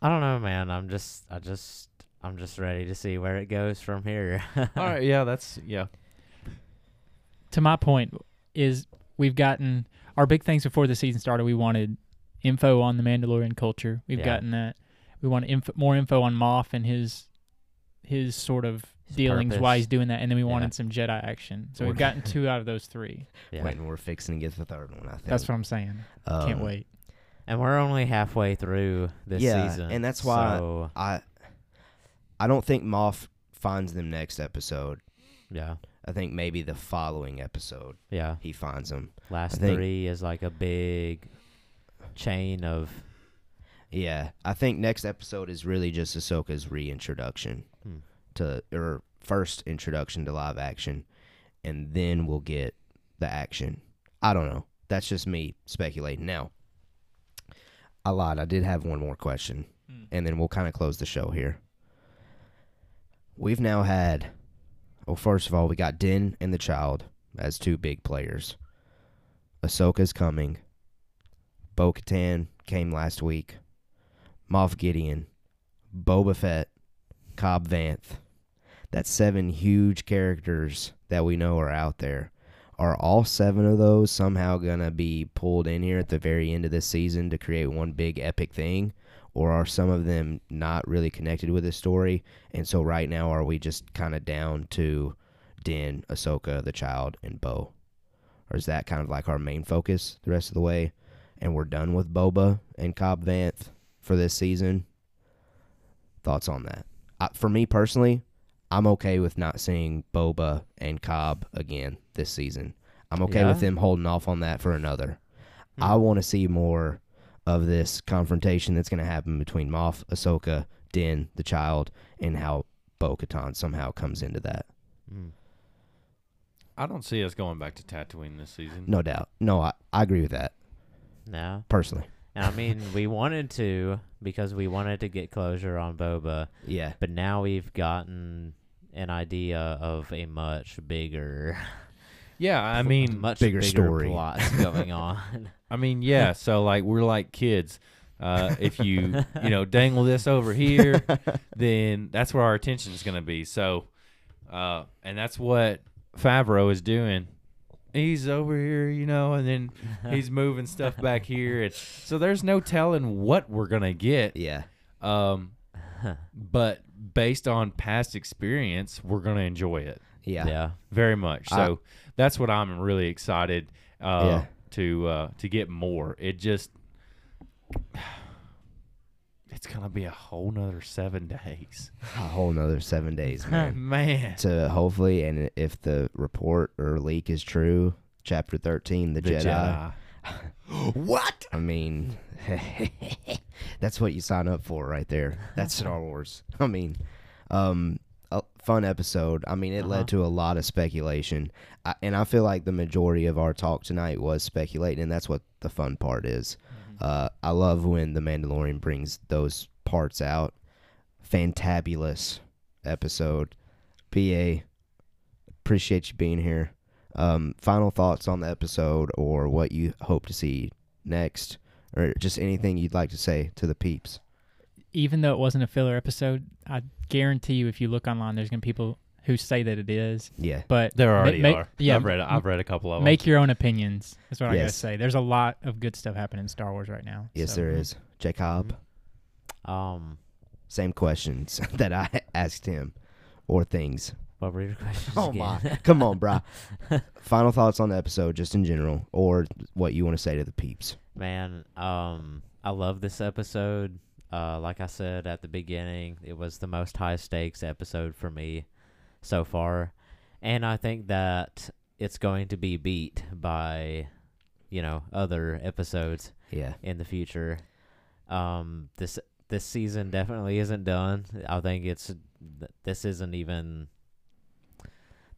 [SPEAKER 2] I don't know, man. I'm just, I just, I'm just ready to see where it goes from here.
[SPEAKER 3] All right. Yeah, that's yeah.
[SPEAKER 4] to my point is we've gotten our big things before the season started. We wanted info on the Mandalorian culture. We've
[SPEAKER 2] Yeah.
[SPEAKER 4] gotten that. We want info, more info on Moff and his his sort of
[SPEAKER 2] His
[SPEAKER 4] dealings, why
[SPEAKER 2] purpose.
[SPEAKER 4] he's doing that, and then we
[SPEAKER 2] Yeah.
[SPEAKER 4] wanted some Jedi action. So
[SPEAKER 1] Or-
[SPEAKER 4] we've gotten two out of those three.
[SPEAKER 2] Yeah.
[SPEAKER 1] When we're fixing to get the third one, I think.
[SPEAKER 4] That's what I'm saying.
[SPEAKER 1] um,
[SPEAKER 4] Can't wait.
[SPEAKER 2] And we're only halfway through this
[SPEAKER 1] Yeah,
[SPEAKER 2] season.
[SPEAKER 1] and that's why-
[SPEAKER 2] So,
[SPEAKER 1] I, I don't think Moff finds them next episode.
[SPEAKER 2] yeah.
[SPEAKER 1] I think maybe the following episode
[SPEAKER 2] Yeah.
[SPEAKER 1] he finds them.
[SPEAKER 2] Last
[SPEAKER 1] think-
[SPEAKER 2] three is like a big chain of.
[SPEAKER 1] Yeah, I think next episode is really just Ahsoka's reintroduction
[SPEAKER 2] Hmm.
[SPEAKER 1] to or first introduction to live action, and then we'll get the action. I don't know. That's just me speculating. Now, I lied. I did have one more question,
[SPEAKER 3] Mm.
[SPEAKER 4] Hmm.
[SPEAKER 1] and then we'll kind of close the show here. We've now had, well, first of all, we got Din and the Child as two big players. Ahsoka's coming. Bo Katan came last week. Moff Gideon, Boba Fett, Cobb Vanth. That's seven huge characters that we know are out there. Are all seven of those somehow going to be pulled in here at the very end of this season to create one big epic thing? Or are some of them not really connected with the story? And so right now, are we just kind of down to Din, Ahsoka, the child, and Bo? Or is that kind of like our main focus the rest of the way? and we're done with Boba and Cobb Vanth for this season. Thoughts on that? I, for me personally, I'm okay with not seeing Boba and Cobb again this season. I'm okay with
[SPEAKER 2] Yeah.
[SPEAKER 1] them holding off on that for another.
[SPEAKER 2] Hmm.
[SPEAKER 1] I want to see more of this confrontation that's going to happen between Moff, Ahsoka, Din, the child, and how Bo Katan somehow comes into that.
[SPEAKER 2] Mm.
[SPEAKER 3] I don't see us going back to Tatooine this season.
[SPEAKER 1] No doubt. No, I, I agree with that
[SPEAKER 2] No.
[SPEAKER 1] personally.
[SPEAKER 2] And I mean, we wanted to because we wanted to get closure on Boba,
[SPEAKER 1] Yeah.
[SPEAKER 2] but now we've gotten an idea of a much bigger,
[SPEAKER 3] Yeah, I mean,
[SPEAKER 2] much
[SPEAKER 1] Bigger story.
[SPEAKER 2] plot going on.
[SPEAKER 3] I mean, yeah. So like we're like kids. Uh, if you you know dangle this over here, then that's where our attention is going to be. So, uh, and that's what Favreau is doing. He's over here, you know, and then he's moving stuff back here. It's, so there's no telling what we're gonna get.
[SPEAKER 1] Yeah.
[SPEAKER 3] Um, but based on past experience, we're gonna enjoy it
[SPEAKER 1] Yeah.
[SPEAKER 2] yeah.
[SPEAKER 3] very much. So
[SPEAKER 1] I-
[SPEAKER 3] that's what I'm really excited uh,
[SPEAKER 1] Yeah.
[SPEAKER 3] to uh, to get more. It just it's gonna be a whole nother seven days,
[SPEAKER 1] A whole nother seven days, man.
[SPEAKER 3] man.
[SPEAKER 1] to hopefully, and if the report or leak is true, chapter 13, the,
[SPEAKER 3] The
[SPEAKER 1] Jedi,
[SPEAKER 3] Jedi.
[SPEAKER 1] What? I mean, that's what you sign up for right there. That's Star Wars. I mean, um, a fun episode. I mean, it
[SPEAKER 2] Uh-huh.
[SPEAKER 1] led to a lot of speculation. I, and I feel like the majority of our talk tonight was speculating, and that's what the fun part is. Uh, I love when The Mandalorian brings those parts out. Fantabulous episode. PA, appreciate you being here. Um, final thoughts on the episode or what you hope to see next or just anything you'd like to say to the peeps.
[SPEAKER 4] even though it wasn't a filler episode, I guarantee you, if you look online, there's gonna be people who say that it is.
[SPEAKER 1] Yeah.
[SPEAKER 4] But
[SPEAKER 3] There already
[SPEAKER 4] ma-
[SPEAKER 3] are.
[SPEAKER 4] yeah,
[SPEAKER 3] I've read. I've read a couple of them.
[SPEAKER 4] make your own opinions. That's what I gotta
[SPEAKER 1] Yes.
[SPEAKER 4] say. There's a lot of good stuff happening in Star Wars right now.
[SPEAKER 1] Yes,
[SPEAKER 4] so-
[SPEAKER 1] there is. Jacob,
[SPEAKER 2] Um.
[SPEAKER 1] same questions that I asked him or things.
[SPEAKER 2] What were your questions
[SPEAKER 1] Oh
[SPEAKER 2] again?
[SPEAKER 1] my. Come on, brah. Final thoughts on the episode, just in general, or what you want to say to the peeps.
[SPEAKER 2] Man, um, I love this episode. Uh, like I said at the beginning, it was the most high stakes episode for me so far, and I think that it's going to be beat by, you know, other episodes
[SPEAKER 1] Yeah.
[SPEAKER 2] in the future. Um, this this season definitely isn't done. I think it's th- this isn't even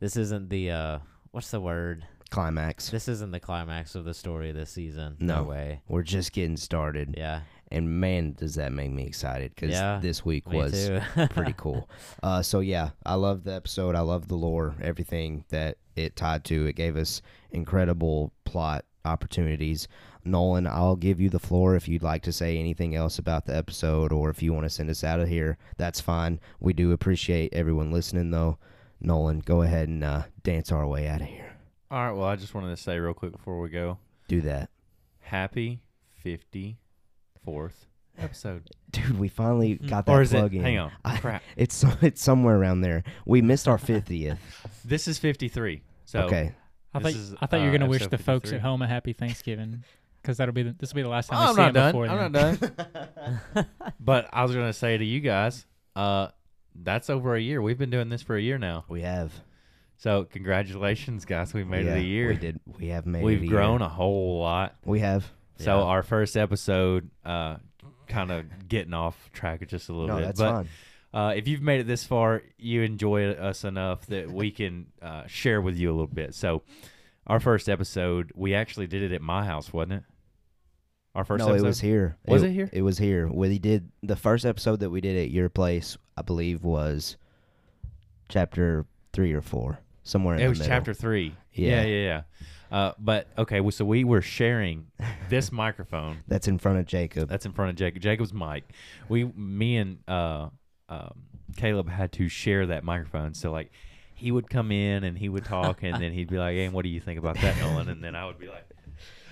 [SPEAKER 2] this isn't the uh what's the word?
[SPEAKER 1] Climax.
[SPEAKER 2] This isn't the climax of the story this season.
[SPEAKER 1] No.
[SPEAKER 2] way.
[SPEAKER 1] We're just getting started.
[SPEAKER 2] Yeah,
[SPEAKER 1] And man, does that make me excited because
[SPEAKER 2] Yeah,
[SPEAKER 1] this week
[SPEAKER 2] me
[SPEAKER 1] was
[SPEAKER 2] too.
[SPEAKER 1] pretty cool. Uh, so yeah, I love the episode. I love the lore, everything that it tied to. It gave us incredible plot opportunities. Nolan, I'll give you the floor if you'd like to say anything else about the episode, or if you want to send us out of here, that's fine. We do appreciate everyone listening, though. Nolan, go ahead and uh, dance our way out of here.
[SPEAKER 3] All right. Well, I just wanted to say real quick before we go,
[SPEAKER 1] Do that,
[SPEAKER 3] happy fifty fourth episode.
[SPEAKER 1] dude. We finally got that
[SPEAKER 3] or is it?
[SPEAKER 1] plug in.
[SPEAKER 3] Hang on.
[SPEAKER 1] I-
[SPEAKER 3] Crap.
[SPEAKER 1] It's so- it's somewhere around there. We missed our fiftieth.
[SPEAKER 3] This is fifty three. So
[SPEAKER 1] okay.
[SPEAKER 4] I
[SPEAKER 3] This
[SPEAKER 4] thought
[SPEAKER 3] is,
[SPEAKER 4] I thought you
[SPEAKER 3] uh,
[SPEAKER 4] were gonna wish
[SPEAKER 3] episode
[SPEAKER 4] the folks
[SPEAKER 3] 53.
[SPEAKER 4] at home a happy Thanksgiving, because that'll be the, this will be the last time we
[SPEAKER 3] I'm
[SPEAKER 4] see
[SPEAKER 3] not
[SPEAKER 4] them
[SPEAKER 3] done.
[SPEAKER 4] before then.
[SPEAKER 3] I'm not done. but I was gonna say to you guys, uh, that's over a year. We've been doing this for a year now.
[SPEAKER 1] We have
[SPEAKER 3] So congratulations, guys. We made
[SPEAKER 1] Yeah,
[SPEAKER 3] it a year.
[SPEAKER 1] We did. We have made. it a
[SPEAKER 3] We've
[SPEAKER 1] year.
[SPEAKER 3] grown a whole lot.
[SPEAKER 1] We have.
[SPEAKER 3] So
[SPEAKER 2] Yeah.
[SPEAKER 3] our first episode, uh, kind of getting off track just a little
[SPEAKER 1] No,
[SPEAKER 3] bit.
[SPEAKER 1] that's
[SPEAKER 3] but
[SPEAKER 1] fine.
[SPEAKER 3] Uh, if you've made it this far, you enjoy us enough that we can uh, share with you a little bit. So our first episode, we actually did it at my house, wasn't it? Our first
[SPEAKER 1] no,
[SPEAKER 3] episode
[SPEAKER 1] it was here.
[SPEAKER 3] Was it here?
[SPEAKER 1] It was here. We did the first episode that we did at your place. I believe was chapter three or four, somewhere in
[SPEAKER 3] It
[SPEAKER 1] the
[SPEAKER 3] was
[SPEAKER 1] middle.
[SPEAKER 3] chapter three.
[SPEAKER 1] Yeah.
[SPEAKER 3] yeah, yeah. yeah. Uh, but okay, well, so we were sharing this microphone
[SPEAKER 1] That's in front of Jacob.
[SPEAKER 3] that's in front of Jacob. Jacob's mic. We, me and uh, um, Caleb had to share that microphone. So like, he would come in and he would talk, and then he'd be like, "Hey, what do you think about that, Nolan?" And then I would be like.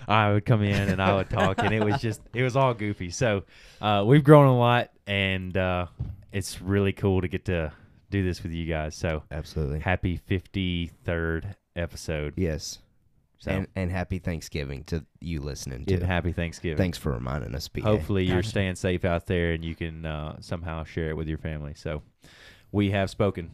[SPEAKER 3] I would come in and I would talk, and it was just, it was all goofy. So, uh, we've grown a lot, and uh, it's really cool to get to do this with you guys. So,
[SPEAKER 1] Absolutely.
[SPEAKER 3] happy 53rd episode.
[SPEAKER 1] yes.
[SPEAKER 3] So,
[SPEAKER 1] And and happy Thanksgiving to you listening
[SPEAKER 3] and
[SPEAKER 1] too.
[SPEAKER 3] happy Thanksgiving.
[SPEAKER 1] Thanks for reminding us. BA.
[SPEAKER 3] Hopefully, you're
[SPEAKER 4] Gotcha.
[SPEAKER 3] staying safe out there and you can uh, somehow share it with your family. So, we have spoken.